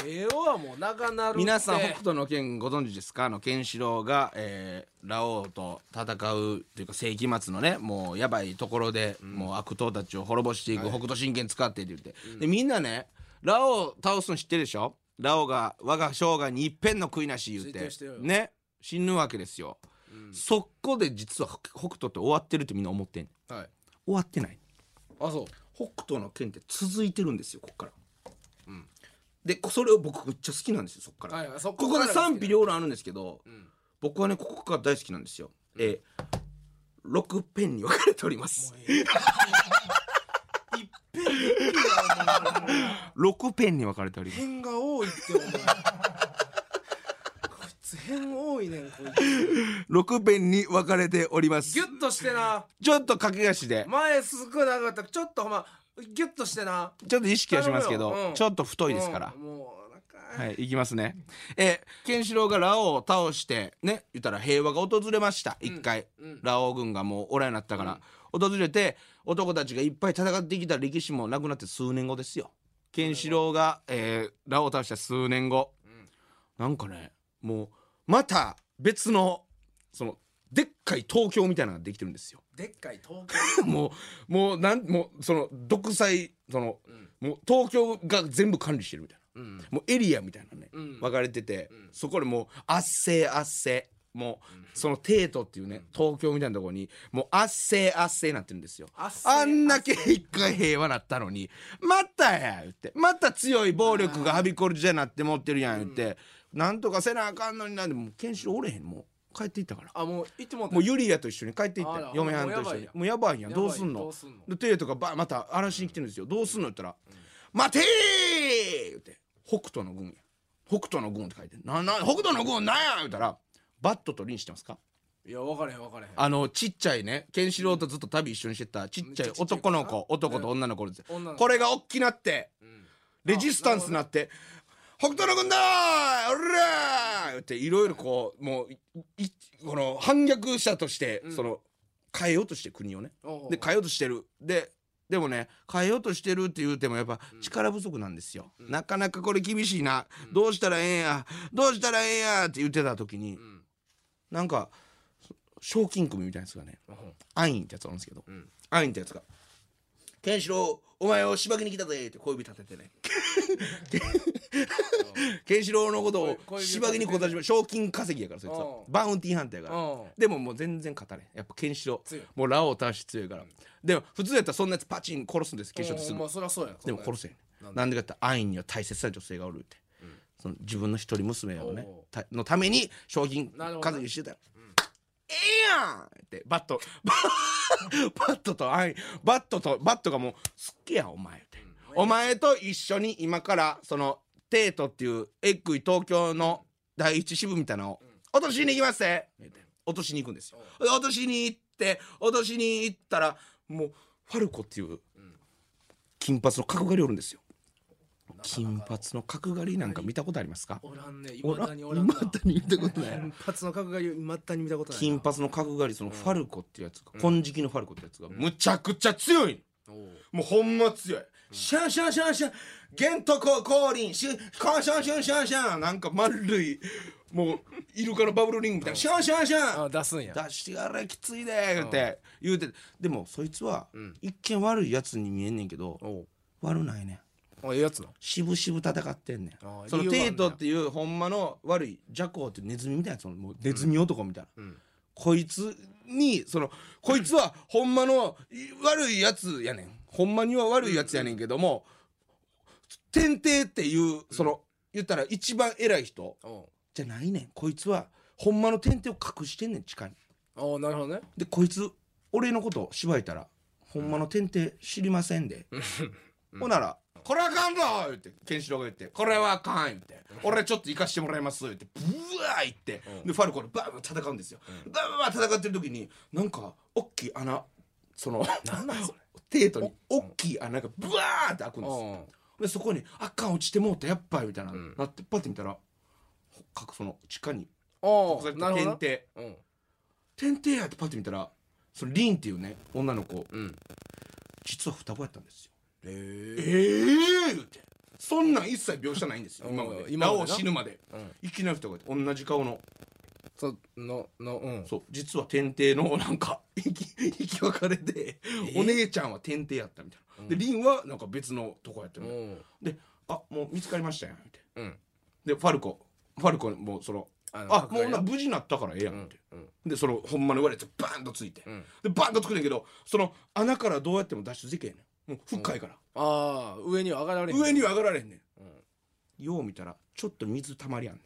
Speaker 1: ええわもう長なるって
Speaker 2: 皆さん北斗の剣ご存知ですかあのケンシロウが、えーラオウと戦うというか世紀末のねもうやばいところで、もう悪党たちを滅ぼしていく北斗神拳使ってって言って、でみんなねラオウ倒すの知ってるでしょラオウが我が生涯に一遍の悔いなし言
Speaker 1: 追
Speaker 2: っ
Speaker 1: 悼しててよ
Speaker 2: ね死ぬわけですよ、そこで実は北斗って終わってるってみんな思ってん
Speaker 1: はい
Speaker 2: 終わってない
Speaker 1: あそう
Speaker 2: 北斗の剣って続いてるんですよこっから、でこそれを僕めっちゃ好きなんですよそっから、
Speaker 1: はいはいそ
Speaker 2: こ
Speaker 1: こ
Speaker 2: こ
Speaker 1: から
Speaker 2: で
Speaker 1: が
Speaker 2: 賛否両論あるんですけど、
Speaker 1: ん
Speaker 2: 僕はねここが大好きなんですよ、えー、6ペンに分かれており
Speaker 1: [laughs]
Speaker 2: ます6ペンに分かれており [laughs] ます
Speaker 1: 変が多いってお前 [laughs] こいつ変多いねんこいつ
Speaker 2: 6ペンに分かれております
Speaker 1: ギュッとしてな
Speaker 2: ちょっと駆け足で
Speaker 1: 前すごい長かったちょっとほんまギュッとしてな
Speaker 2: ちょっと意識はしますけ
Speaker 1: 頼むよ
Speaker 2: ど、
Speaker 1: うん
Speaker 2: ちょっと太いですから、
Speaker 1: うんもうなんか
Speaker 2: はい、いきますね。えー、ケンシロウがラオウを倒して、ね、言ったら平和が訪れました。一回、
Speaker 1: うん
Speaker 2: ラオウ軍がもうおらんようになったから、訪れて、男たちがいっぱい戦ってきた歴史もなくなって数年後ですよ。ケンシロウが、えーラオウを倒した数年後、なんかね、もう、また別の、その、でっかい東京みたいなのができてるんですよ。
Speaker 1: でっかい東
Speaker 2: [laughs] もう、もう、なん、もう、その、独裁、その、もう東京が全部管理してるみたいな。
Speaker 1: 京うん
Speaker 2: もうエリアみたいなね、
Speaker 1: うん
Speaker 2: 分かれてて、そこでもう圧政圧政もう、その帝都っていうね東京みたいなところにもう圧政圧政になってるんですよ
Speaker 1: 圧
Speaker 2: あ
Speaker 1: 政
Speaker 2: んだけ一回平和なったのにまたや言ってまた強い暴力がはびこる時代になって持ってるやん言って、なんとかせなあかんのになんでもうケンシロウおれへんもう帰っていったから
Speaker 1: あもう行ってもうた
Speaker 2: もうユリアと一緒に帰っていっ
Speaker 1: あ
Speaker 2: た
Speaker 1: ら
Speaker 2: よ嫁はんと一緒にもうやばいやん
Speaker 1: やばいやん
Speaker 2: どうすん
Speaker 1: ど
Speaker 2: の
Speaker 1: うすんの
Speaker 2: でテイとかばまた荒らしに来てるんですよどうすんの言ったら「待てー!」言って「北斗の軍や北斗の軍」って書いて「なな北斗の軍なんや!」言ったら「バットとリン知ってますか
Speaker 1: いや分からへん分からへん
Speaker 2: あのちっちゃいねケンシロウとずっと旅一緒にしてたちっちゃい男の子男と女の子です
Speaker 1: 女の子
Speaker 2: これがおっきなって
Speaker 1: うん
Speaker 2: レジスタンスになって「北斗の軍だーおらー!」っていろいろこうもういいこの反逆者として、その変えようとして国をね
Speaker 1: おう
Speaker 2: で変えようとしてるででもね変えようとしてるって言うてもやっぱ力不足なんですよ、なかなかこれ厳しいな、どうしたらええんやどうしたらええんやって言ってた時に、
Speaker 1: ん
Speaker 2: なんかそ賞金組みたいなやつがねアインってやつがおるんですけど、アインってやつが「ケンシロウお前をしばきに来たぜ」って小指立てて
Speaker 1: [laughs]
Speaker 2: ね [laughs] ケンシロウのこと
Speaker 1: 小
Speaker 2: を
Speaker 1: 指
Speaker 2: しばきにこたしば賞金稼ぎやからそいつは
Speaker 1: うん
Speaker 2: バウンティーハンターやから
Speaker 1: うん
Speaker 2: でももう全然勝たれんやっぱケンシロウ
Speaker 1: 強い
Speaker 2: もうラオウ倒して強いから、でも普通やったらそんなやつパチン殺すんですケンシロウってす
Speaker 1: ほん
Speaker 2: ぐ
Speaker 1: まそりゃそうや
Speaker 2: でも殺せん
Speaker 1: なんで
Speaker 2: なんでかって言ったらアインには大切な女性がおるって、その自分の一人娘をね
Speaker 1: おう
Speaker 2: たのために賞金
Speaker 1: なるほど
Speaker 2: 稼ぎしてたよええやんってバット [laughs] ババットとアインバットとバットがもうすっげやお前って、お前と一緒に今からそのテートっていうエッグイ東京の第一支部みたいなのを落としに行きますって言って落としに行くんですよで落としに行って落としに行ったらもうファルコっていう金髪の角刈りおるんですよ金髪の角刈りなんか見たことありますか
Speaker 1: おらんねい
Speaker 2: お
Speaker 1: ま
Speaker 2: ら
Speaker 1: だにおらん
Speaker 2: 今
Speaker 1: な
Speaker 2: だに見たことない
Speaker 1: 金髪の角刈りいまだに見たことないな
Speaker 2: 金髪の角刈りそのファルコっていうやつが、金色のファルコってやつが、むちゃくちゃ強い
Speaker 1: おう
Speaker 2: もうほんま強い、シャンシャンシャンシャン玄徳降臨シュカンシャンシャンシャンシャンなんか丸いもうイルカのバブルリングみたいな、シャンシャンシャン
Speaker 1: あ出すんや
Speaker 2: 出してやれきついで言うて、言うてでもそいつは、一見悪いやつに見えんねんけど、
Speaker 1: おう
Speaker 2: 悪ないねん
Speaker 1: あええやつな
Speaker 2: 渋々戦ってんね
Speaker 1: あ
Speaker 2: ん
Speaker 1: ー
Speaker 2: その
Speaker 1: 理由があ
Speaker 2: テ
Speaker 1: る
Speaker 2: イ
Speaker 1: んだ
Speaker 2: トっていうほんまの悪いジャコウってネズミみたいなやつもうネズミ男みたいな、こいつにそのこいつはほんまのい悪いやつやねんほんまには悪いやつやねんけども、天帝っていうその言ったら一番偉い人
Speaker 1: おう
Speaker 2: じゃないねんこいつはほんまの天帝を隠してんねん地下に。
Speaker 1: おうなるほどね
Speaker 2: でこいつ俺のことをしばいたらほんまの天帝知りませんで、ほならこれあかんぞ!」ってケンシロウが言って「これはあかん!」って「俺ちょっと行かしてもらいます」ってブワー言って、でファルコンバーバー戦うんですよ、バーバー戦ってる時になんか大きい穴その
Speaker 1: なんなんそれ
Speaker 2: テートに大きい穴がブワーって開くんですよ、でそこに「あかん落ちてもうたやっぱり」みたいな、
Speaker 1: ん
Speaker 2: なってパッて見たらかその地下に
Speaker 1: お
Speaker 2: 隠さ
Speaker 1: ー
Speaker 2: れ
Speaker 1: な
Speaker 2: た
Speaker 1: るほ
Speaker 2: 天
Speaker 1: ど
Speaker 2: 帝
Speaker 1: うん
Speaker 2: 天帝やってパッて見たらそのリンっていうね女の子
Speaker 1: うん
Speaker 2: 実は双子やったんですよ
Speaker 1: え
Speaker 2: ええ
Speaker 1: ー
Speaker 2: ー、言うてそんなん一切描写ないんですよ
Speaker 1: うん
Speaker 2: 今まで
Speaker 1: 今までな
Speaker 2: なお死ぬまで、
Speaker 1: うん
Speaker 2: いきなり双子やって同じ顔の
Speaker 1: そののうん
Speaker 2: そう実は天帝のなんか [laughs] 生き生き別れで、お姉ちゃんは天帝やったみたいな、でリンはなんか別のとこやって
Speaker 1: う
Speaker 2: る、
Speaker 1: ん
Speaker 2: で「あもう見つかりましたやん」って
Speaker 1: うん
Speaker 2: でファルコファルコもうその「
Speaker 1: あの
Speaker 2: あ
Speaker 1: 角
Speaker 2: も
Speaker 1: 刈
Speaker 2: う
Speaker 1: り
Speaker 2: 女
Speaker 1: な
Speaker 2: 無事になったからええやん」って、
Speaker 1: うん
Speaker 2: でそのほんまの割れてバーンとついて、
Speaker 1: うん
Speaker 2: でバーンとつくねんけどその穴からどうやっても脱出できへんねんもう深いから、
Speaker 1: ああ上には上がられ
Speaker 2: 上に
Speaker 1: は
Speaker 2: は上がられへんねん、
Speaker 1: うん
Speaker 2: よう見たらちょっと水たまりあん [laughs] ねん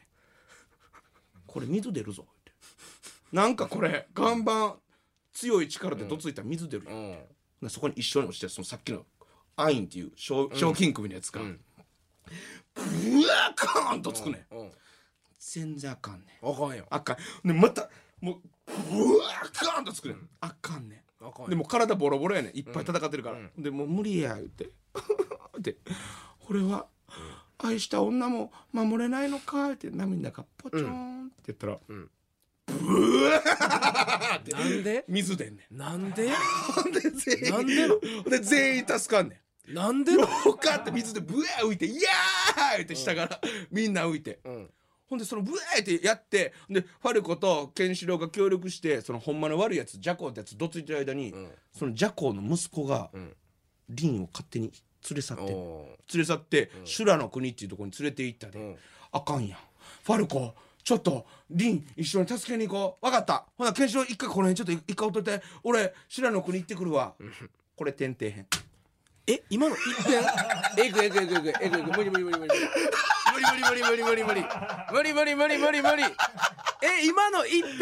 Speaker 2: これ水出るぞってなんかこれ岩盤強い力でどついたら水出るよ、
Speaker 1: うん
Speaker 2: でそこに一緒に落ちてそのさっきのアインっていう賞賞金首のやつが、
Speaker 1: う
Speaker 2: うんわカーンとつくねん、
Speaker 1: うん
Speaker 2: 全然あかんねん
Speaker 1: あかんよ
Speaker 2: あかんねまたもううわーカーンとつくねん、あかんね
Speaker 1: あかん
Speaker 2: ん
Speaker 1: よ
Speaker 2: でもう体ボロボロやねんいっぱい戦ってるから、
Speaker 1: うん
Speaker 2: でもう無理や言って [laughs] で俺は愛した女も守れないのかって涙がポチョーンって言ったら、
Speaker 1: ん
Speaker 2: ブワーって
Speaker 1: なんで
Speaker 2: 水出んね
Speaker 1: なんで
Speaker 2: んで全員
Speaker 1: なんでの
Speaker 2: [laughs] で全員助かんねん
Speaker 1: なんでの
Speaker 2: ポカって水でブワー浮いて「いやー!」って下からみんな浮いて
Speaker 1: うん
Speaker 2: ほんでそのブワーってやってでファルコとケンシロウが協力してそのほんまの悪いやつジャコってやつどついてる間に、
Speaker 1: ん
Speaker 2: そのジャコの息子が
Speaker 1: うん
Speaker 2: リンを勝手に連れ去って連
Speaker 1: おー
Speaker 2: れ去って、修羅の国っていうところに連れて行ったで、
Speaker 1: うん
Speaker 2: あかんやんファルコちょっとリン一緒に助けに行こうわかったほなケンシロウ一回この辺ちょっと一回置いといて俺修羅の国行ってくるわこれ天底編
Speaker 1: え今の一点えぐえぐえぐえぐえぐえぐ無理無理無理無理無理無理無理無理無理無理無理無理無理無理無理え今の一辺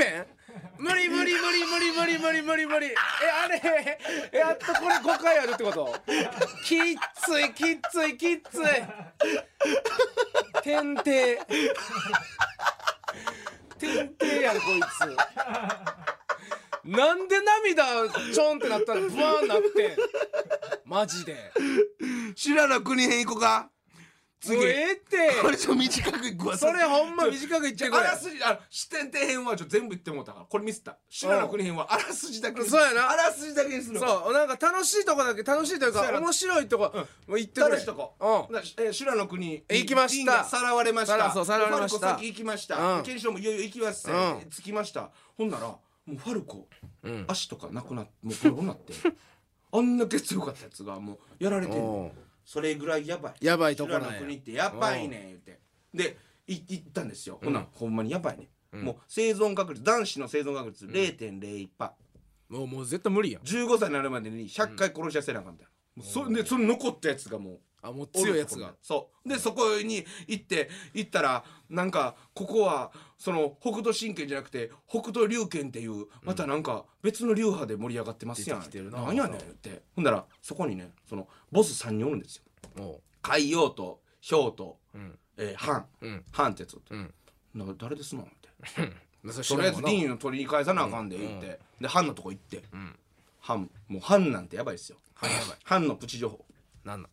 Speaker 1: 無理無理無理無理無理無理無理無理えあれえあとこれ5回あるってこときっついきっついきっつい天帝天帝やんこいつなんで涙ちょんってなったらブワーンなってんマジで
Speaker 2: 修羅の国編行こうか次
Speaker 1: もうええって
Speaker 2: これちょっと短くいく
Speaker 1: [laughs]
Speaker 2: わ
Speaker 1: それほんま短く言っちゃう
Speaker 2: あらすじあ視点底辺はちょっと全部言ってもうたからこれミスった修羅の国編はあらすじだけ
Speaker 1: そうやな
Speaker 2: あらすじだけにする
Speaker 1: そうなんか楽しいとこだけ楽しいという
Speaker 2: そうや
Speaker 1: か
Speaker 2: な
Speaker 1: 面白いとこ、もう行ってくれ
Speaker 2: 楽しいとこ、
Speaker 1: うん
Speaker 2: だえー修羅の国
Speaker 1: 行きました
Speaker 2: リンがさらわれまし
Speaker 1: さ
Speaker 2: た
Speaker 1: らそうさらわれました
Speaker 2: ファルコ先行きました、
Speaker 1: うん
Speaker 2: 検証もいよいよ行きますせ、
Speaker 1: うん
Speaker 2: 着きましたほんならもうファルコ、
Speaker 1: ん
Speaker 2: 足とかなくなってもうボロボロになって
Speaker 1: [laughs]
Speaker 2: あんだけ強かったやつがもうやられてん
Speaker 1: お
Speaker 2: の
Speaker 1: う
Speaker 2: それぐらいやばい
Speaker 1: やばいとこなんや
Speaker 2: 修羅の国ってやばいねん言ってでい行ったんですよ、ほなほんまにやばいね、ん、もう生存確率男子の生存確率0.01%、
Speaker 1: もうもう絶対無理やん
Speaker 2: 15歳になるまでに100回殺し合せなあかんみたいな、もうそれでその残ったやつがもう
Speaker 1: あもう強いやつが
Speaker 2: そうでそこに行って行ったらなんかここはその北斗神拳じゃなくて北斗龍拳っていうまたなんか別の流派で盛り上がってますやん
Speaker 1: 出てきてるな
Speaker 2: なんやねんってほんだらそこにねそのボス3人おるんですよ
Speaker 1: おう
Speaker 2: 海洋とヒョウと、
Speaker 1: うん
Speaker 2: えー、ハン、
Speaker 1: うん
Speaker 2: ハンってやつおって、
Speaker 1: うん
Speaker 2: なんか誰ですのって
Speaker 1: まあそれ知
Speaker 2: とり
Speaker 1: ら
Speaker 2: あえ
Speaker 1: んわ
Speaker 2: ず
Speaker 1: な
Speaker 2: ディーンを取り返さなあかんで言って、でハンのとこ行って、ハンもうハンなんてやばいですよハンやばいハンのプチ情報
Speaker 1: なんなん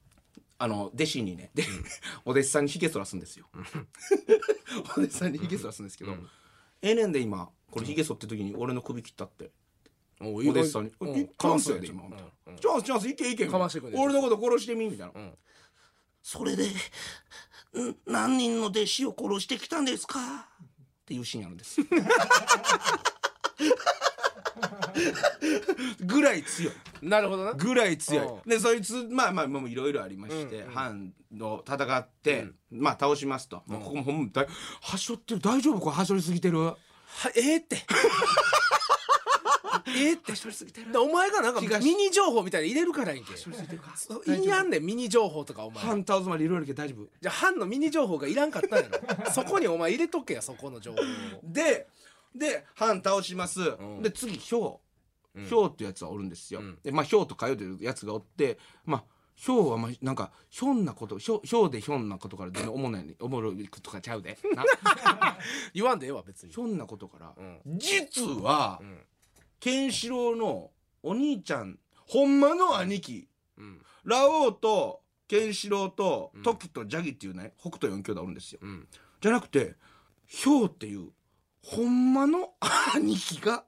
Speaker 2: あの弟子にね、で [laughs] お弟子さんにひげそらすんですよ。 [laughs] お弟子さんにひげそらすんですけど、ええねんで今これひげそって時に俺の首切ったって、
Speaker 1: お
Speaker 2: お弟子さんに「
Speaker 1: うん
Speaker 2: えチャンスやで今」
Speaker 1: うん
Speaker 2: みたいな「チャンスチャンスいけいけ」みたい
Speaker 1: か
Speaker 2: な
Speaker 1: ましてくれてる
Speaker 2: 俺のこと殺してみ」みたいな、
Speaker 1: ん
Speaker 2: それでん何人の弟子を殺してきたんですか?」っていうシーンあるんです
Speaker 1: [laughs]
Speaker 2: ぐらい強い。
Speaker 1: なるほどな
Speaker 2: ぐらい強い
Speaker 1: うん
Speaker 2: でそいつまあまあまあいろいろありまして、藩の戦って、まあ倒しますと、もうここもほんまだいはしょってる大丈夫これはしょりすぎてるは
Speaker 1: はええって [laughs] ええって
Speaker 2: しょりすぎてる
Speaker 1: でお前がなんか
Speaker 2: 東
Speaker 1: ミニ情報みたいに入れるからやんけそういにあんねんミニ情報とかお前
Speaker 2: 藩倒すまでいろいろけど大丈夫
Speaker 1: じゃあ藩のミニ情報がいらんかったんやろ [laughs] そこにお前入れとけやそこの情報を
Speaker 2: でで藩倒します、
Speaker 1: ん
Speaker 2: で次ヒョウヒョウってやつはおるんですよ、でまあヒョウとかよというやつがおってまあひょうはまなんかひょんなことひょひょうでひょんなことから全然おもんないねおもろいとかちゃう
Speaker 1: [laughs]
Speaker 2: でな
Speaker 1: 言わんでええわ別に
Speaker 2: ひょんなことから、
Speaker 1: うん
Speaker 2: 実は
Speaker 1: うん
Speaker 2: ケンシロウのお兄ちゃんほんまの兄貴
Speaker 1: うん
Speaker 2: ラオウとケンシロウと
Speaker 1: うん
Speaker 2: トキとジャギっていうね北斗四兄弟おるんですよ
Speaker 1: うん
Speaker 2: じゃなくてひょうっていうほんまの [laughs] 兄貴が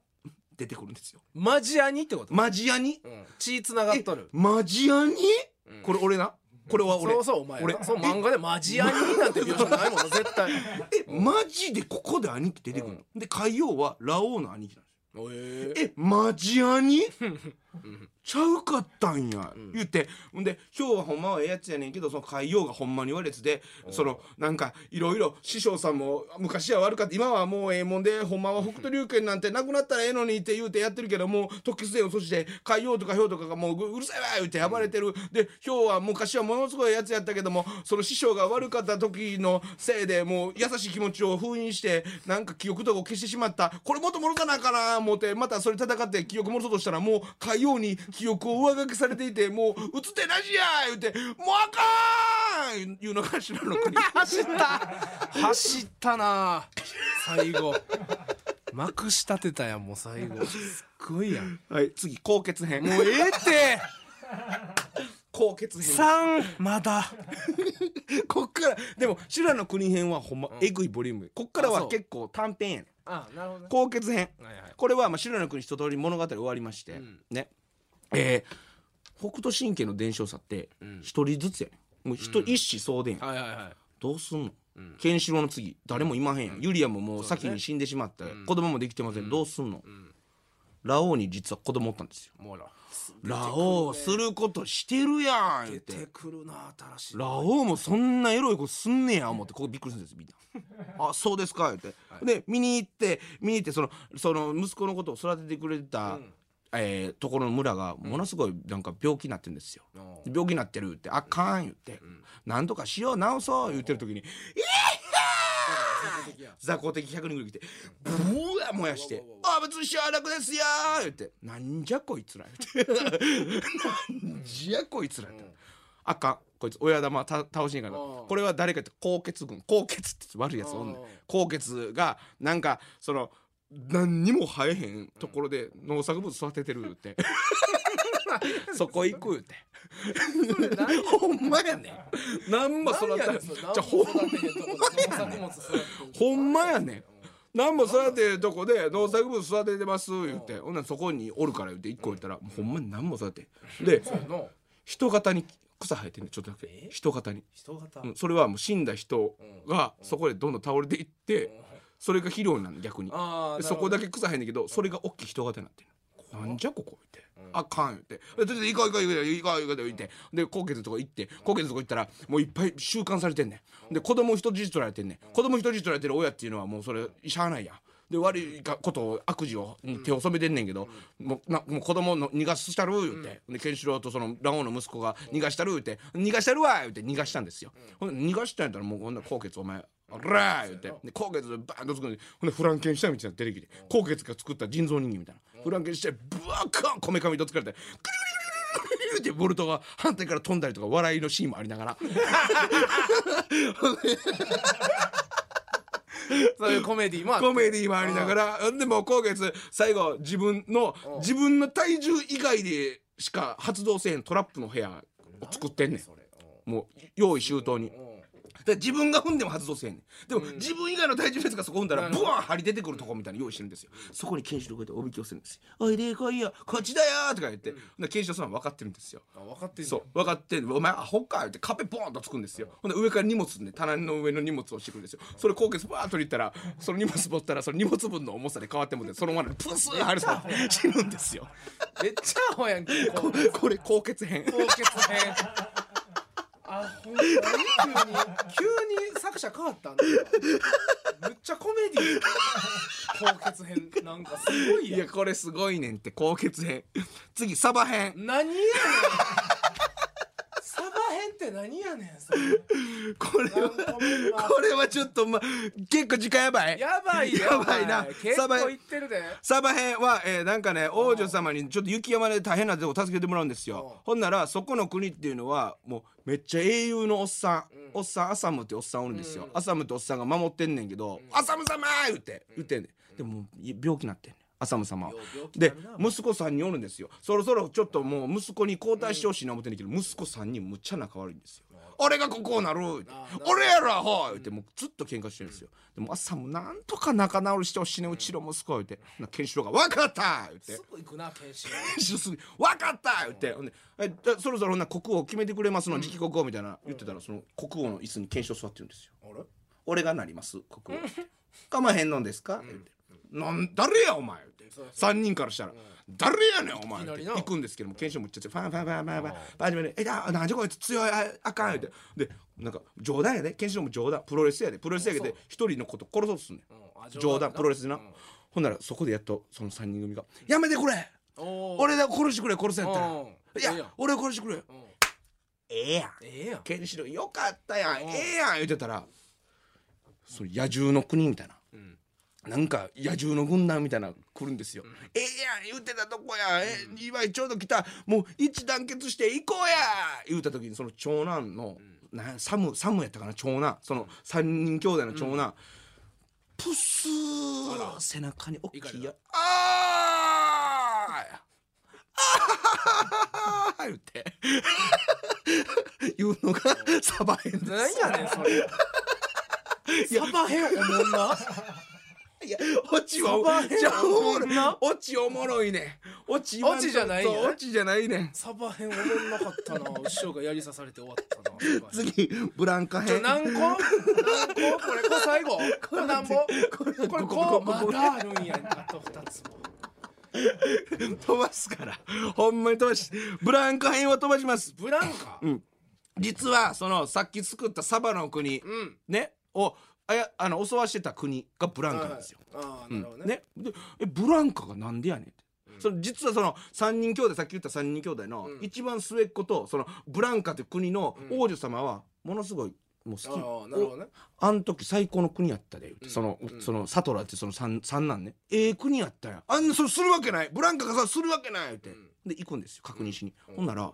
Speaker 2: 出てくるんですよ
Speaker 1: マジアニってこと
Speaker 2: マジ兄
Speaker 1: うん血つながっとる
Speaker 2: マジ
Speaker 1: う
Speaker 2: 兄
Speaker 1: ん
Speaker 2: これ俺なこれは俺
Speaker 1: そうそうお前
Speaker 2: 俺
Speaker 1: そう漫画でマジアニなんて描写ないもんな絶対
Speaker 2: えマジでここで兄貴出てくるの、で海王はラオウの兄貴なんですよ
Speaker 1: ええ
Speaker 2: えマジ兄
Speaker 1: うん
Speaker 2: ちゃうかったんや、
Speaker 1: ん
Speaker 2: 言ってほんで「ひょうはほんまはええやつやねんけどその海洋がほんまに悪いやつでそのなんかいろいろ師匠さんも昔は悪かった今はもうええもんでほんまは北斗龍拳なんてなくなったらええのに」って言うてやってるけどもう時すでを阻止して海洋とかひょうとかがもうううるさいわ言って暴れてる、でひょうは昔はものすごいやつやったけどもその師匠が悪かった時のせいでもう優しい気持ちを封印してなんか記憶とかを消してしまったこれもっと戻さなあかな思ってまたそれ戦って記憶戻そうとしたらもう海洋に記憶を上書きされていてもう映ってなしや言って「もうあかん!」いうのが知らんの国
Speaker 1: 走った走ったな最後まくし立てたやんもう最後すっごいやん
Speaker 2: はい次高血編
Speaker 1: もうええって
Speaker 2: [laughs] 高血編
Speaker 1: 三まだ
Speaker 2: こっからでも修羅の国編はほんまえぐいボリュームこっから
Speaker 1: あ
Speaker 2: は
Speaker 1: そう
Speaker 2: 結構短編やねん
Speaker 1: あなるほど
Speaker 2: 高血編
Speaker 1: はいはい
Speaker 2: これはまあ修羅の国一通り物語終わりまして、
Speaker 1: ん
Speaker 2: ねえー北斗神拳の伝承者って
Speaker 1: うん
Speaker 2: 一人ずつやねんもう一,、一子相伝やん
Speaker 1: はいはいはい
Speaker 2: どうすん
Speaker 1: う
Speaker 2: の、
Speaker 1: ん
Speaker 2: ケンシロウの次誰もいまへんやん、ユリアももう
Speaker 1: そうだね
Speaker 2: 先に死んでしまって、
Speaker 1: うん
Speaker 2: 子供もできてません、どうすんの、
Speaker 1: ん
Speaker 2: ラオウに実は子供おったんですよ
Speaker 1: もうら
Speaker 2: ラオウすることしてるやん言
Speaker 1: 出
Speaker 2: って
Speaker 1: くるな新しい
Speaker 2: ラオウもそんなエロいことすんねや思ってここびっくりするんですみん [laughs] な。あそうですか言って、で見に行って見に行ってそのその息子のことを育ててくれた、
Speaker 1: ん
Speaker 2: えーところの村がものすごいなんか病気になってるんですよ。
Speaker 1: おう
Speaker 2: 病気になってるってあかん言って、なんとかしよう治そう言ってる時に雑魚的100人ぐらい来てブワー燃やして「あ別にしゃ楽ですよ」言って「なんじゃこいつら」言って [laughs] 「なんじゃこいつら」ってあかんこいつ親玉た倒しにから
Speaker 1: うん
Speaker 2: これは誰かって高血軍高血って悪いやつおんねん
Speaker 1: うん
Speaker 2: 高血がなんかその何にも生えへんところで農作物育ててるって [laughs] そこ行くってほんまやねん何も育てないじゃあほんほんまやねん何も育てるとこで農作物育ててます言ってほんならそこにおるから言って一個言ったらもうほんまに何も育てへんで
Speaker 1: の
Speaker 2: 人型に草生えてんねんちょっとだけ
Speaker 1: え
Speaker 2: 人型に。
Speaker 1: 人型
Speaker 2: うんそれはもう死んだ人がそこでどんどん倒れていってそれが肥料になるの逆に
Speaker 1: あ
Speaker 2: でそこだけ草生えんねんけどそれが大きい人型になってるなんじゃここ行ってあかん言ってでとりあえず行こう行こう行こう行こう行こう行ってで高血のとこ行って高血のとこ行ったらもういっぱい収監されてんねんで子供人質取られてんねん子供人質取られてる親っていうのはもうそれしゃあないやんで悪いかことを悪事をに手を染めてんねんけど、もうなもう子供の逃がしたる言って、でケンシロウとそのラオウの息子が逃がしたる言って逃がしたるわ言って逃がしたんですよ、ほんで逃がしたんやったらもうこんな高血お前あらー言ってで高血でバーンと作るほんでフランケンシュタインみたいなの出てきて高血が作った人造人間みたいなフランケンシュタインブワーカーンこめかみとつかれてでボルトが反対から飛んだりとか笑いのシーンもありながら
Speaker 1: そういうコメディもあって
Speaker 2: コメディーもありながらほんでもう高月最後自分の
Speaker 1: うん
Speaker 2: 自分の体重以外でしか発動せんトラップの部屋を作ってんね
Speaker 1: それうん
Speaker 2: もう用意周到に
Speaker 1: うん
Speaker 2: で自分が踏んでも発動せんねんでも、自分以外の体重のやつがそこ踏んだら
Speaker 1: な
Speaker 2: ブ
Speaker 1: るほど
Speaker 2: ワン張り出てくるとこみたいなの用意してるんですよそこにケンシロウがいておびき寄せるんですよ「おいで来いよこっちだよ」とか言って、でケンシロウさんは分かってるんですよ
Speaker 1: あ分かってんね
Speaker 2: そう分かってんのお前アホか」って壁ボーンとつくんですよほんで上から荷物ね棚の上の荷物をしてくるんですよそれ高血バーッと取りったらその荷物持ったらその荷物分の重さで変わってもってそのままプスー
Speaker 1: [laughs]
Speaker 2: 張りされて死ぬんですよ
Speaker 1: めっちゃアホやんけこう
Speaker 2: これ高血編
Speaker 1: 高血編あほんまに急に急に作者変わったんだむっちゃコメディ高血編なんかすごい
Speaker 2: い
Speaker 1: やん
Speaker 2: やこれすごいねんって高血編次サバ編
Speaker 1: 何やねんサバ編って何やねんそれ
Speaker 2: これはこれはちょっとま結構時間やばい
Speaker 1: やばいよ
Speaker 2: やばいな
Speaker 1: お前結
Speaker 2: サバ
Speaker 1: 構
Speaker 2: 編
Speaker 1: 言ってるで
Speaker 2: サバ編は、えーなんかね王女様にちょっと雪山で大変なとこ助けてもらうんです
Speaker 1: うん
Speaker 2: よほんならそこの国っていうのはもうめっちゃ英雄のおっさん、おっさんアサムっておっさんおるんですよ、
Speaker 1: うん
Speaker 2: アサムっておっさんが守ってんねんけど「アサム様!」言って言ってんねんでももう病気なってんねんアサム様は
Speaker 1: 病気にな
Speaker 2: で
Speaker 1: るな
Speaker 2: 息子さんにおるんですよそろそろちょっともう息子に交代してほしいな思ってんねんけど息子さんにむっちゃ仲悪いんですよ俺がここをなるって
Speaker 1: あー
Speaker 2: 俺やろアホ言ってもうずっと喧嘩してるんですよでも朝もなんとか仲直りしてほしいねうちの息子言ってなケンシロウが「分かった!」言って
Speaker 1: すぐ行くな検診
Speaker 2: 「ケンシロウすぐ分かった!」言ってほんでえだそろそろほんなら国王決めてくれますの次期国王みたいな言ってたらその国王の椅子にケンシロウ座ってるんですよ
Speaker 1: あれ
Speaker 2: 俺がなります国王ってかまへんのんですか?」言って「なん誰やお前」言って
Speaker 1: そうそう
Speaker 2: 3人からしたら「誰やねんお前」
Speaker 1: いきな
Speaker 2: っ
Speaker 1: り
Speaker 2: て
Speaker 1: な
Speaker 2: 行くんですけども検証もっちゃ強いファンファンファンファンファンバージョンで「えあなんじゃこいつ強いああかん」ってでなんか冗談やで検証も冗談プロレスやでプロレスやけ
Speaker 1: そう
Speaker 2: で一人のこと殺そうとすんねん
Speaker 1: うんあ
Speaker 2: 冗談
Speaker 1: な
Speaker 2: プロレスでな、
Speaker 1: うん
Speaker 2: ほんならそこでやっとその3人組が「やめてくれ
Speaker 1: おー
Speaker 2: 俺だ殺してくれ殺せ」やったら
Speaker 1: うん
Speaker 2: 「い
Speaker 1: ええや
Speaker 2: や
Speaker 1: ん
Speaker 2: 俺を殺してくれよ
Speaker 1: うん
Speaker 2: ええやん」
Speaker 1: ええやん
Speaker 2: ケンシロウよかったやん
Speaker 1: うん
Speaker 2: ええやん言ってたらその野獣の国みたいな、
Speaker 1: ん
Speaker 2: なんか野獣の軍団みたいなの来るんですよ、ええやん言ってたとこやえ、今ちょうど来たもう一致団結して行こうや言うた時にその長男の、なんやサムサムやったかな長男その三人兄弟の長男、プスー背中に大きいやあーあー言って [laughs] 言うのがサバ編です
Speaker 1: 何やねんそれサバ編おもんない
Speaker 2: やオチは
Speaker 1: サバ編
Speaker 2: じゃあおも
Speaker 1: そ
Speaker 2: ろ
Speaker 1: ん
Speaker 2: い
Speaker 1: な
Speaker 2: オチおもろいねオチ今の
Speaker 1: オチじゃないんやね
Speaker 2: そうオチじゃないね
Speaker 1: サバ編おもんなかったな師匠がやり刺されて終わったなサバ編
Speaker 2: 次ブランカ
Speaker 1: ちょ
Speaker 2: 編
Speaker 1: 何個何個これこれ最後これ何本
Speaker 2: これ
Speaker 1: これ
Speaker 2: こ
Speaker 1: こ
Speaker 2: こ
Speaker 1: う
Speaker 2: こ
Speaker 1: ま
Speaker 2: こ
Speaker 1: だあるんやあと二つも
Speaker 2: 飛ばすからほんまに飛ばしブランカ編は飛ばします
Speaker 1: ブランカ
Speaker 2: 実はそのさっき作ったサバの国
Speaker 1: うん
Speaker 2: ねをあやあの襲わしてた国がブランカなんですよ
Speaker 1: ああなるほどね
Speaker 2: ねでえブランカがなんでやねんって、その実はその3人兄弟さっき言った3人兄弟の
Speaker 1: うん
Speaker 2: 一番末っ子とそのブランカという国の王女様はものすごいもう好き、
Speaker 1: ああなるほどね
Speaker 2: あん時最高の国やったで、言うて
Speaker 1: うん
Speaker 2: その、
Speaker 1: うん
Speaker 2: そのサトラってその三三男ねええ国やったやんあんなそれするわけないブランカがさするわけない言うて、
Speaker 1: うん
Speaker 2: で行くんですよ確認しに、ほんなら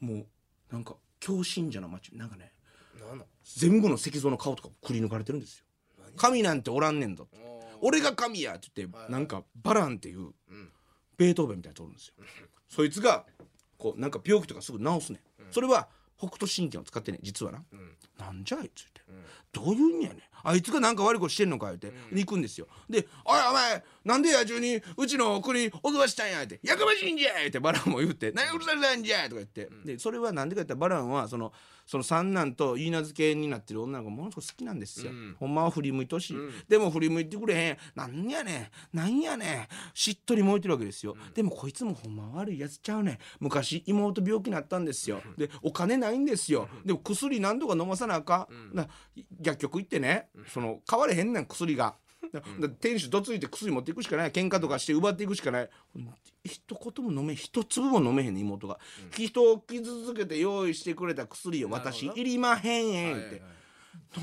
Speaker 2: もうなんか狂信者の街なんかね
Speaker 1: なんなん
Speaker 2: 全部の石像の顔とかくり抜かれてるんですよ
Speaker 1: 何
Speaker 2: 神なんておらんねんぞ
Speaker 1: お
Speaker 2: 俺が神やって言って、
Speaker 1: はい
Speaker 2: なんかバランっていうんベートーベンみたいな人おるんですよ、そいつがこうなんか病気とかすぐ治すねん、それは北斗神拳を使ってね実はな、
Speaker 1: ん
Speaker 2: なんじゃあいつって、どういうんやねんあいつがなんか悪いことしてんのか言って、で行くんですよで「おいお前なんで野獣にうちの国襲わしたんや」って「やかましいんじゃい!」ってバランも言って「何うるさいなんじゃい!」とか言って、でそれはなんでか言ったらバランはそのその三男と言い名付けになってる女の子がものすごく好きなんですよ、ほんまは振り向いてほしい、でも振り向いてくれへんなんやねんなんやねんしっとり燃えてるわけですよ、でもこいつもほんまは悪いやつちゃうねん昔妹病気になったんですよでお金ないんですよでも薬何度か飲まさなあか、ん、な薬局行ってねその買われへんねん薬が。だだ店主どついて薬持っていくしかない喧嘩とかして奪っていくしかない一言も飲め一粒も飲めへんね妹が、人を傷つけて用意してくれた薬を
Speaker 1: な
Speaker 2: 私
Speaker 1: るほど
Speaker 2: いりまへんえんって、
Speaker 1: はいはい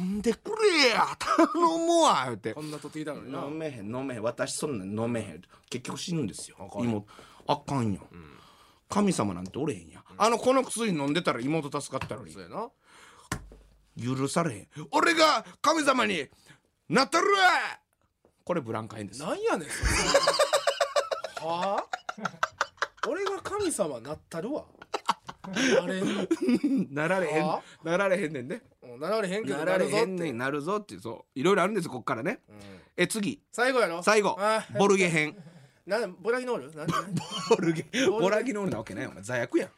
Speaker 2: 飲んでくれや [laughs] 頼むわ言って
Speaker 1: こんなとっていたのにな
Speaker 2: 飲めへん飲めへん私そんなん飲めへん結局死ぬんですよ
Speaker 1: ん
Speaker 2: 妹あかんよ、神様なんておれへんや、あのこの薬飲んでたら妹助かったのに
Speaker 1: そうやな
Speaker 2: 許されへん俺が神様になったるわこれブランカ編です
Speaker 1: なんやねんそれはあ俺が神様なった
Speaker 2: [laughs]
Speaker 1: るわあれ
Speaker 2: なられへん
Speaker 1: は
Speaker 2: なられへんねんね
Speaker 1: うんなられへんけど
Speaker 2: な
Speaker 1: な
Speaker 2: ら
Speaker 1: る
Speaker 2: れ
Speaker 1: ぞって
Speaker 2: へんねんなるぞっていうそういろいろあるんですこっからね、え次
Speaker 1: 最後やろ
Speaker 2: 最後
Speaker 1: あー
Speaker 2: ボルゲ編
Speaker 1: なんボラギノールなんなん
Speaker 2: [laughs] ボルゲボラギノールなわけないよお前罪悪 [laughs] やん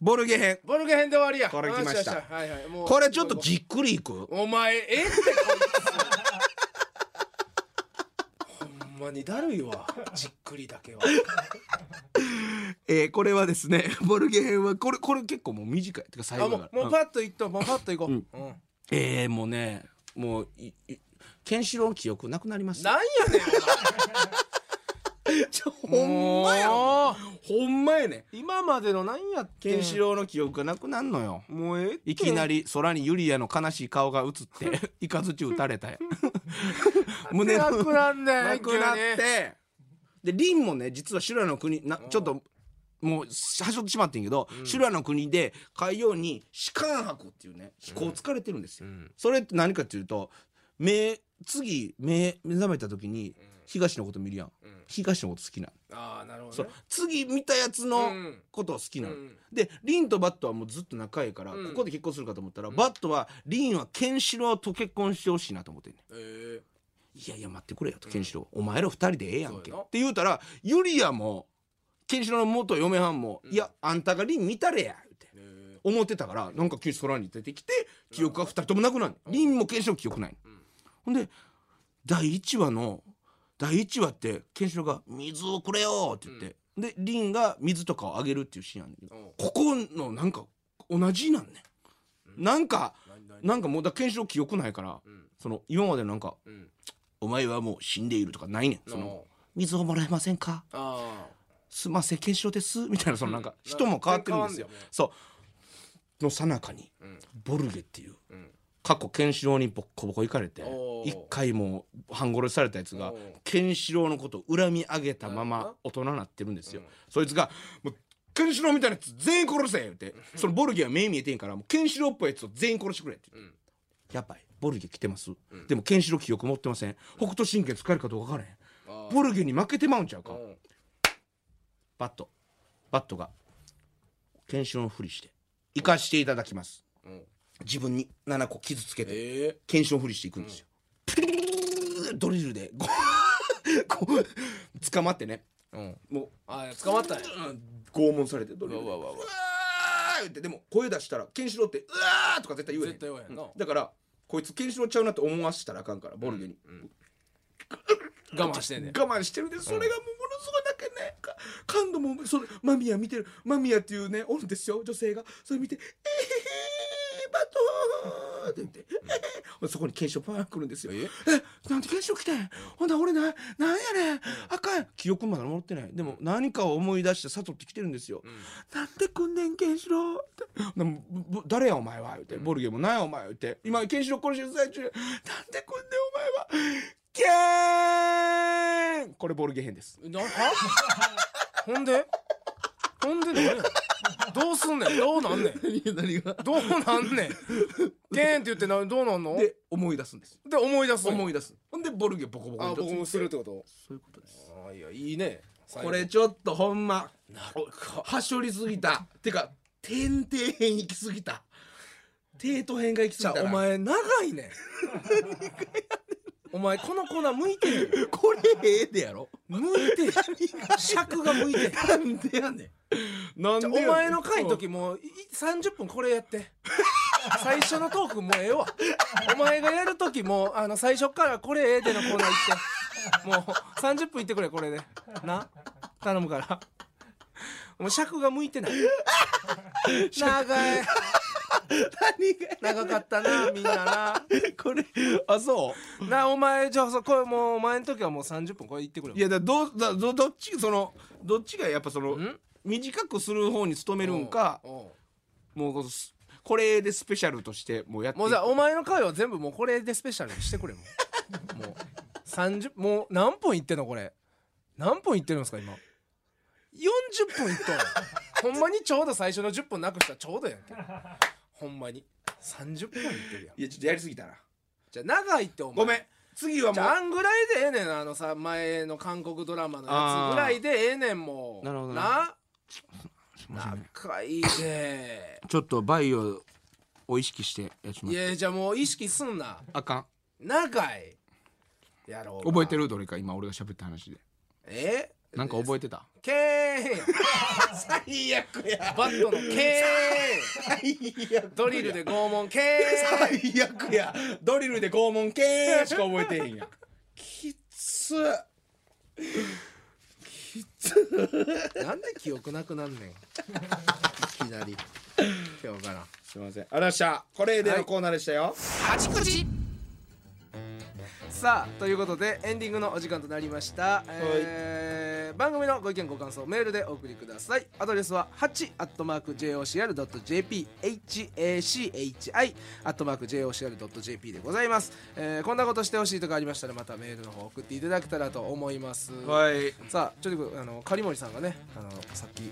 Speaker 2: ボルゲ編
Speaker 1: ボルゲ編で終わりや
Speaker 2: これ来ました
Speaker 1: よよはいはいもう
Speaker 2: これちょっとじっくりいく
Speaker 1: お前ええってこいつほんまにだるいわじっくりだけは
Speaker 2: えーこれはですね [laughs] ボルゲ編はこれこれ結構もう短いてか最
Speaker 1: あ
Speaker 2: 後
Speaker 1: も
Speaker 2: だか
Speaker 1: う
Speaker 2: ら
Speaker 1: もう
Speaker 2: うん
Speaker 1: パッといっともうパッといこう、うん
Speaker 2: えーもうねもういいケンシロウの記憶なくなります
Speaker 1: なんやねんお前
Speaker 2: ちょほんまやん
Speaker 1: もう
Speaker 2: ほんまやね
Speaker 1: 今までの何やってん
Speaker 2: ケンシロウの記憶がなくなんのよ
Speaker 1: もうええって
Speaker 2: いきなり空にユリアの悲しい顔が映って [laughs] イカズチ打たれた [laughs] や胸の
Speaker 1: なくなんだよ
Speaker 2: なくなっ
Speaker 1: 急に
Speaker 2: てでリンもね実は修羅の国なちょっともうはしょってしまってんけど、修羅の国で海洋に士官箱っていうね飛行疲れてるんですよ、
Speaker 1: ん
Speaker 2: それって何かっていうと目次目目覚めた時に東のこと見るやん、東のこと好きなの
Speaker 1: ああなるほど、ね、
Speaker 2: そう次見たやつ
Speaker 1: う
Speaker 2: の
Speaker 1: ん
Speaker 2: ことを好きなの、
Speaker 1: うん
Speaker 2: でリンとバットはもうずっと仲いいから、
Speaker 1: うん
Speaker 2: ここで結婚するかと思ったら、バットはリンはケンシロウと結婚してほしいなと思ってんねん
Speaker 1: えー、
Speaker 2: いやいや待ってくれよとケンシロウ、お前ら二人でええやん
Speaker 1: そ
Speaker 2: け
Speaker 1: う
Speaker 2: っ
Speaker 1: やな
Speaker 2: て言うたらユリアもケンシロウの元嫁はんも、
Speaker 1: ん
Speaker 2: いやあんたがリン見たれやって
Speaker 1: えー、
Speaker 2: 思ってたからなんか急に空に出てきて記憶が二人ともなくなるリンもケンシロウ記憶ない、ほんで第1話の第1話ってケンシロウが「水をくれよ」って言って、でリンが水とかをあげるっていうシーンあんねんけど
Speaker 1: おう
Speaker 2: ここのなんか同じなんねんなんか
Speaker 1: 何何
Speaker 2: なんかもうだからケンシロウ記憶ないから、
Speaker 1: ん
Speaker 2: その今までのなんか
Speaker 1: うん
Speaker 2: お前はもう死んでいるとかないねん。その
Speaker 1: おう
Speaker 2: 水をもらえませんか。
Speaker 1: あ
Speaker 2: すんません、ケンシロウです [laughs] みたいな、そのなんか、人も変わってるんです
Speaker 1: 変わんねん
Speaker 2: よ
Speaker 1: ね。
Speaker 2: そう。の最中に、
Speaker 1: ん
Speaker 2: ボルゲっていう。
Speaker 1: ん
Speaker 2: 過去ケンシロウにボッコボコ行かれて
Speaker 1: おー
Speaker 2: 一回もう半殺しされたやつが
Speaker 1: おー
Speaker 2: ケンシロウのことを恨み上げたま
Speaker 1: なるほ
Speaker 2: ま
Speaker 1: ど
Speaker 2: 大人になってるんですよ、そいつがもうケンシロウみたいなやつ全員殺せ言ってそのボルゲは目見えてんからもうケンシロウっぽいやつを全員殺してくれって言って、やばいボルゲ来てます、でもケンシロウ記憶持ってません北斗神拳使えるかどうか分からへん
Speaker 1: あ
Speaker 2: ボルゲに負けてまうんちゃうか、
Speaker 1: ーうん
Speaker 2: バットバットがケンシロウのふりして生かしていただきます、
Speaker 1: うん
Speaker 2: 自分に7個傷つけて、
Speaker 1: ええ
Speaker 2: 検証ふりしていくんですよ、ドリルでこうこう捕まってね
Speaker 1: うん
Speaker 2: もう
Speaker 1: あー捕まったんや
Speaker 2: うん拷問されてドリルで
Speaker 1: うわうわうわ
Speaker 2: うわー言ってでも声出したらケンシロウって「うわ!」とか絶対言えへん
Speaker 1: 絶対言わへんな
Speaker 2: だからこいつケンシロウちゃうなって思わしたらあかんからボルゲに、
Speaker 1: 我慢してんねん
Speaker 2: 我慢してるでそれがもうものすごいだけねか感度もそれマミヤ見てるマミヤっていうねおるんですよ女性がそれ見て「えへへバトー!」って言って、そこに検証パーン来るんですよ「えなんで検証来てんほんだら俺ななんやねんあかん記憶まだ戻ってないでも何かを思い出して悟ってきてるんですよ、なんでこんねんケンシロウってでもぼ誰やお前は言うてボルゲもなんやお前言うて今ケンシロウ殺してる最中なんでこんねんお前はゲーンこれボルゲ編です
Speaker 1: なはほんでほんで何やどうすんねんどうなんねん
Speaker 2: 何が
Speaker 1: どうなんねんゲーンって言ってなどうなんので
Speaker 2: で思い出すんです
Speaker 1: 思い出す
Speaker 2: 思
Speaker 1: い
Speaker 2: い出すほんでボルゲボコボコ
Speaker 1: あ
Speaker 2: に
Speaker 1: 僕もするってこと
Speaker 2: そういうことです
Speaker 1: あいやいいね
Speaker 2: これちょっとほんま
Speaker 1: なんか
Speaker 2: はしょりすぎたてか天底編行きすぎた帝都編が行き
Speaker 1: じ
Speaker 2: す
Speaker 1: ゃ
Speaker 2: ぎた
Speaker 1: お
Speaker 2: な
Speaker 1: 前長い
Speaker 2: [laughs]
Speaker 1: ねんお前このコーナー向いてるよ
Speaker 2: これええでやろ
Speaker 1: 向いてる尺が向いてる
Speaker 2: なんでやねんなん
Speaker 1: じ
Speaker 2: で
Speaker 1: ゃあお
Speaker 2: やねん
Speaker 1: 前の回の時もうい30分これや
Speaker 2: [laughs]
Speaker 1: って最初のトークもうええわお前がやる時もあの最初からこれええでのコーナー行ってもう30分いってくれこれでな頼むからもう尺が向いてない長い
Speaker 2: 何がや
Speaker 1: 長かったなみんなな
Speaker 2: これあそう
Speaker 1: なお前じゃあそこれもうお前の時はもう30分これ行ってくれ
Speaker 2: いやだどうだどどっちそのどっちがやっぱその
Speaker 1: ん
Speaker 2: 短くする方に努めるんか
Speaker 1: おうおう
Speaker 2: もうこうすこれでスペシャルとしてもうやっていく
Speaker 1: もうじゃあお前の回は全部もうこれでスペシャルにしてくれもう
Speaker 2: [laughs]
Speaker 1: もう30もう何分いってんのこれ何分いってるんですか今40分いっとんほんまにちょうど最初の10分なくしたらちょうどやんけほんまに30分いってるやん
Speaker 2: いやちょっとやりすぎたな
Speaker 1: じゃあ長いってお前
Speaker 2: ごめん次は
Speaker 1: じ
Speaker 2: も
Speaker 1: ゃああんぐらいでええねんあのさ前の韓国ドラマのやつぐらいでええねんもう
Speaker 2: なるほどね
Speaker 1: な
Speaker 2: ません
Speaker 1: 仲いいで
Speaker 2: うちょっとバイオを意識してやち
Speaker 1: いやじゃあもう意識すんな
Speaker 2: あかん
Speaker 1: 長いやろうが
Speaker 2: 覚えてるどれか今俺が喋った話で
Speaker 1: え
Speaker 2: なんか覚えてた
Speaker 1: けー
Speaker 2: [laughs] 最悪や
Speaker 1: バットのけ
Speaker 2: 最悪
Speaker 1: ードリルで拷問けー
Speaker 2: 最悪やドリルで拷問系しか覚えてへんやきつ
Speaker 1: なんで記憶なくなんねんいきなり今日から
Speaker 2: すいませんありがとうございましたこれでのコーナーでしたよ、
Speaker 1: 八口さあということでエンディングのお時間となりました、えー番組のご意見ご感想メールでお送りくださいアドレスは 8-jocr.jp hachi アットマーク JOCR.jp でございます、えーこんなことしてほしいとかありましたらまたメールの方送っていただけたらと思います、
Speaker 3: はい
Speaker 1: さあちょっとあの狩森さんがねあのさっき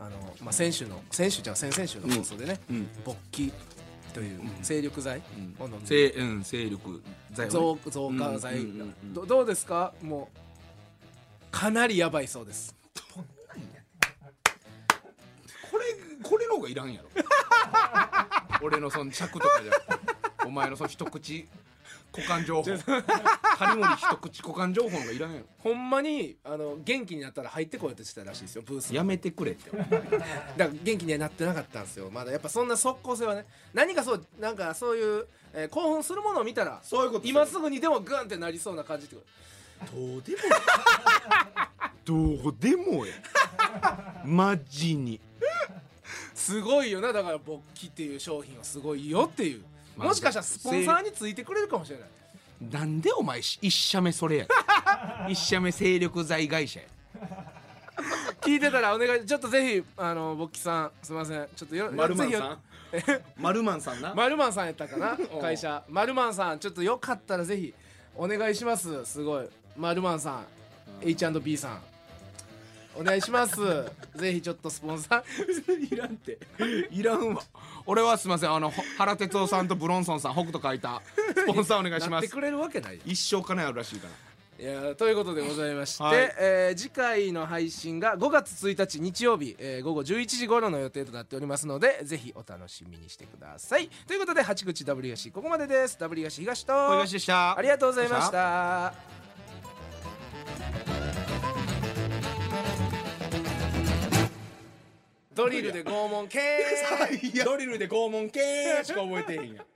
Speaker 1: あの、まあ、先週の先週じゃあ先々週の放送でね、
Speaker 2: うん
Speaker 1: 勃起という精力剤を飲んで、
Speaker 2: せいうん勢力財
Speaker 1: 増増加剤、
Speaker 2: うんうんうんうん
Speaker 1: どどうですかもうかなりやばいそうです
Speaker 2: これこれの方がいらんやろ俺のその着とかじゃなくてお前のその一口股間 [laughs] 情報カリモリ一口股間情報の方がいらんやろ
Speaker 1: ほんまにあの元気になったら入ってこようとしてたらしいですよブースに
Speaker 2: やめてくれって
Speaker 1: だから元気にはなってなかったんですよまだやっぱそんな即効性はね何かそうなんかそういう、えー興奮するものを見たら
Speaker 3: そういうこと
Speaker 1: 今すぐにでもグンってなりそうな感じってこと
Speaker 2: どうでもどうでもやマジに
Speaker 1: すごいよなだから勃起っていう商品はすごいよっていう
Speaker 2: まあ
Speaker 1: もしかしたらスポンサーについてくれるかもしれない
Speaker 2: なんでお前一社目それや一社目勢力剤会社や
Speaker 1: 聞いてたらお願いちょっとぜひあの勃起さんすいませんちょっとよ
Speaker 3: マルマン
Speaker 1: ぜ
Speaker 3: さ
Speaker 1: ひよ
Speaker 3: んマルマンさんな
Speaker 1: マルマンさんやったかな会社マルマンさんちょっとよかったらぜひお願いしますすごいマルマンさん H&B さんお願いします [laughs] ぜひちょっとスポンサーいらんって
Speaker 2: いらんわ俺はすいませんあのほ原哲夫さんとブロンソンさん北斗書いたスポンサーお願いし
Speaker 1: なっ
Speaker 2: ま
Speaker 1: て
Speaker 2: す
Speaker 1: くれるわけない
Speaker 2: 一生金あるらしいから
Speaker 1: いやーということでございまして、
Speaker 2: はい
Speaker 1: えー次回の配信が5月1日日曜日、えー午後11時頃の予定となっておりますのでぜひお楽しみにしてくださいということで八口 W 東ここまでです W 東東と
Speaker 2: 小東でした
Speaker 1: ありがとうございましたドリルで拷問系
Speaker 2: [laughs]
Speaker 3: ドリルで拷問系しか覚えてへんやん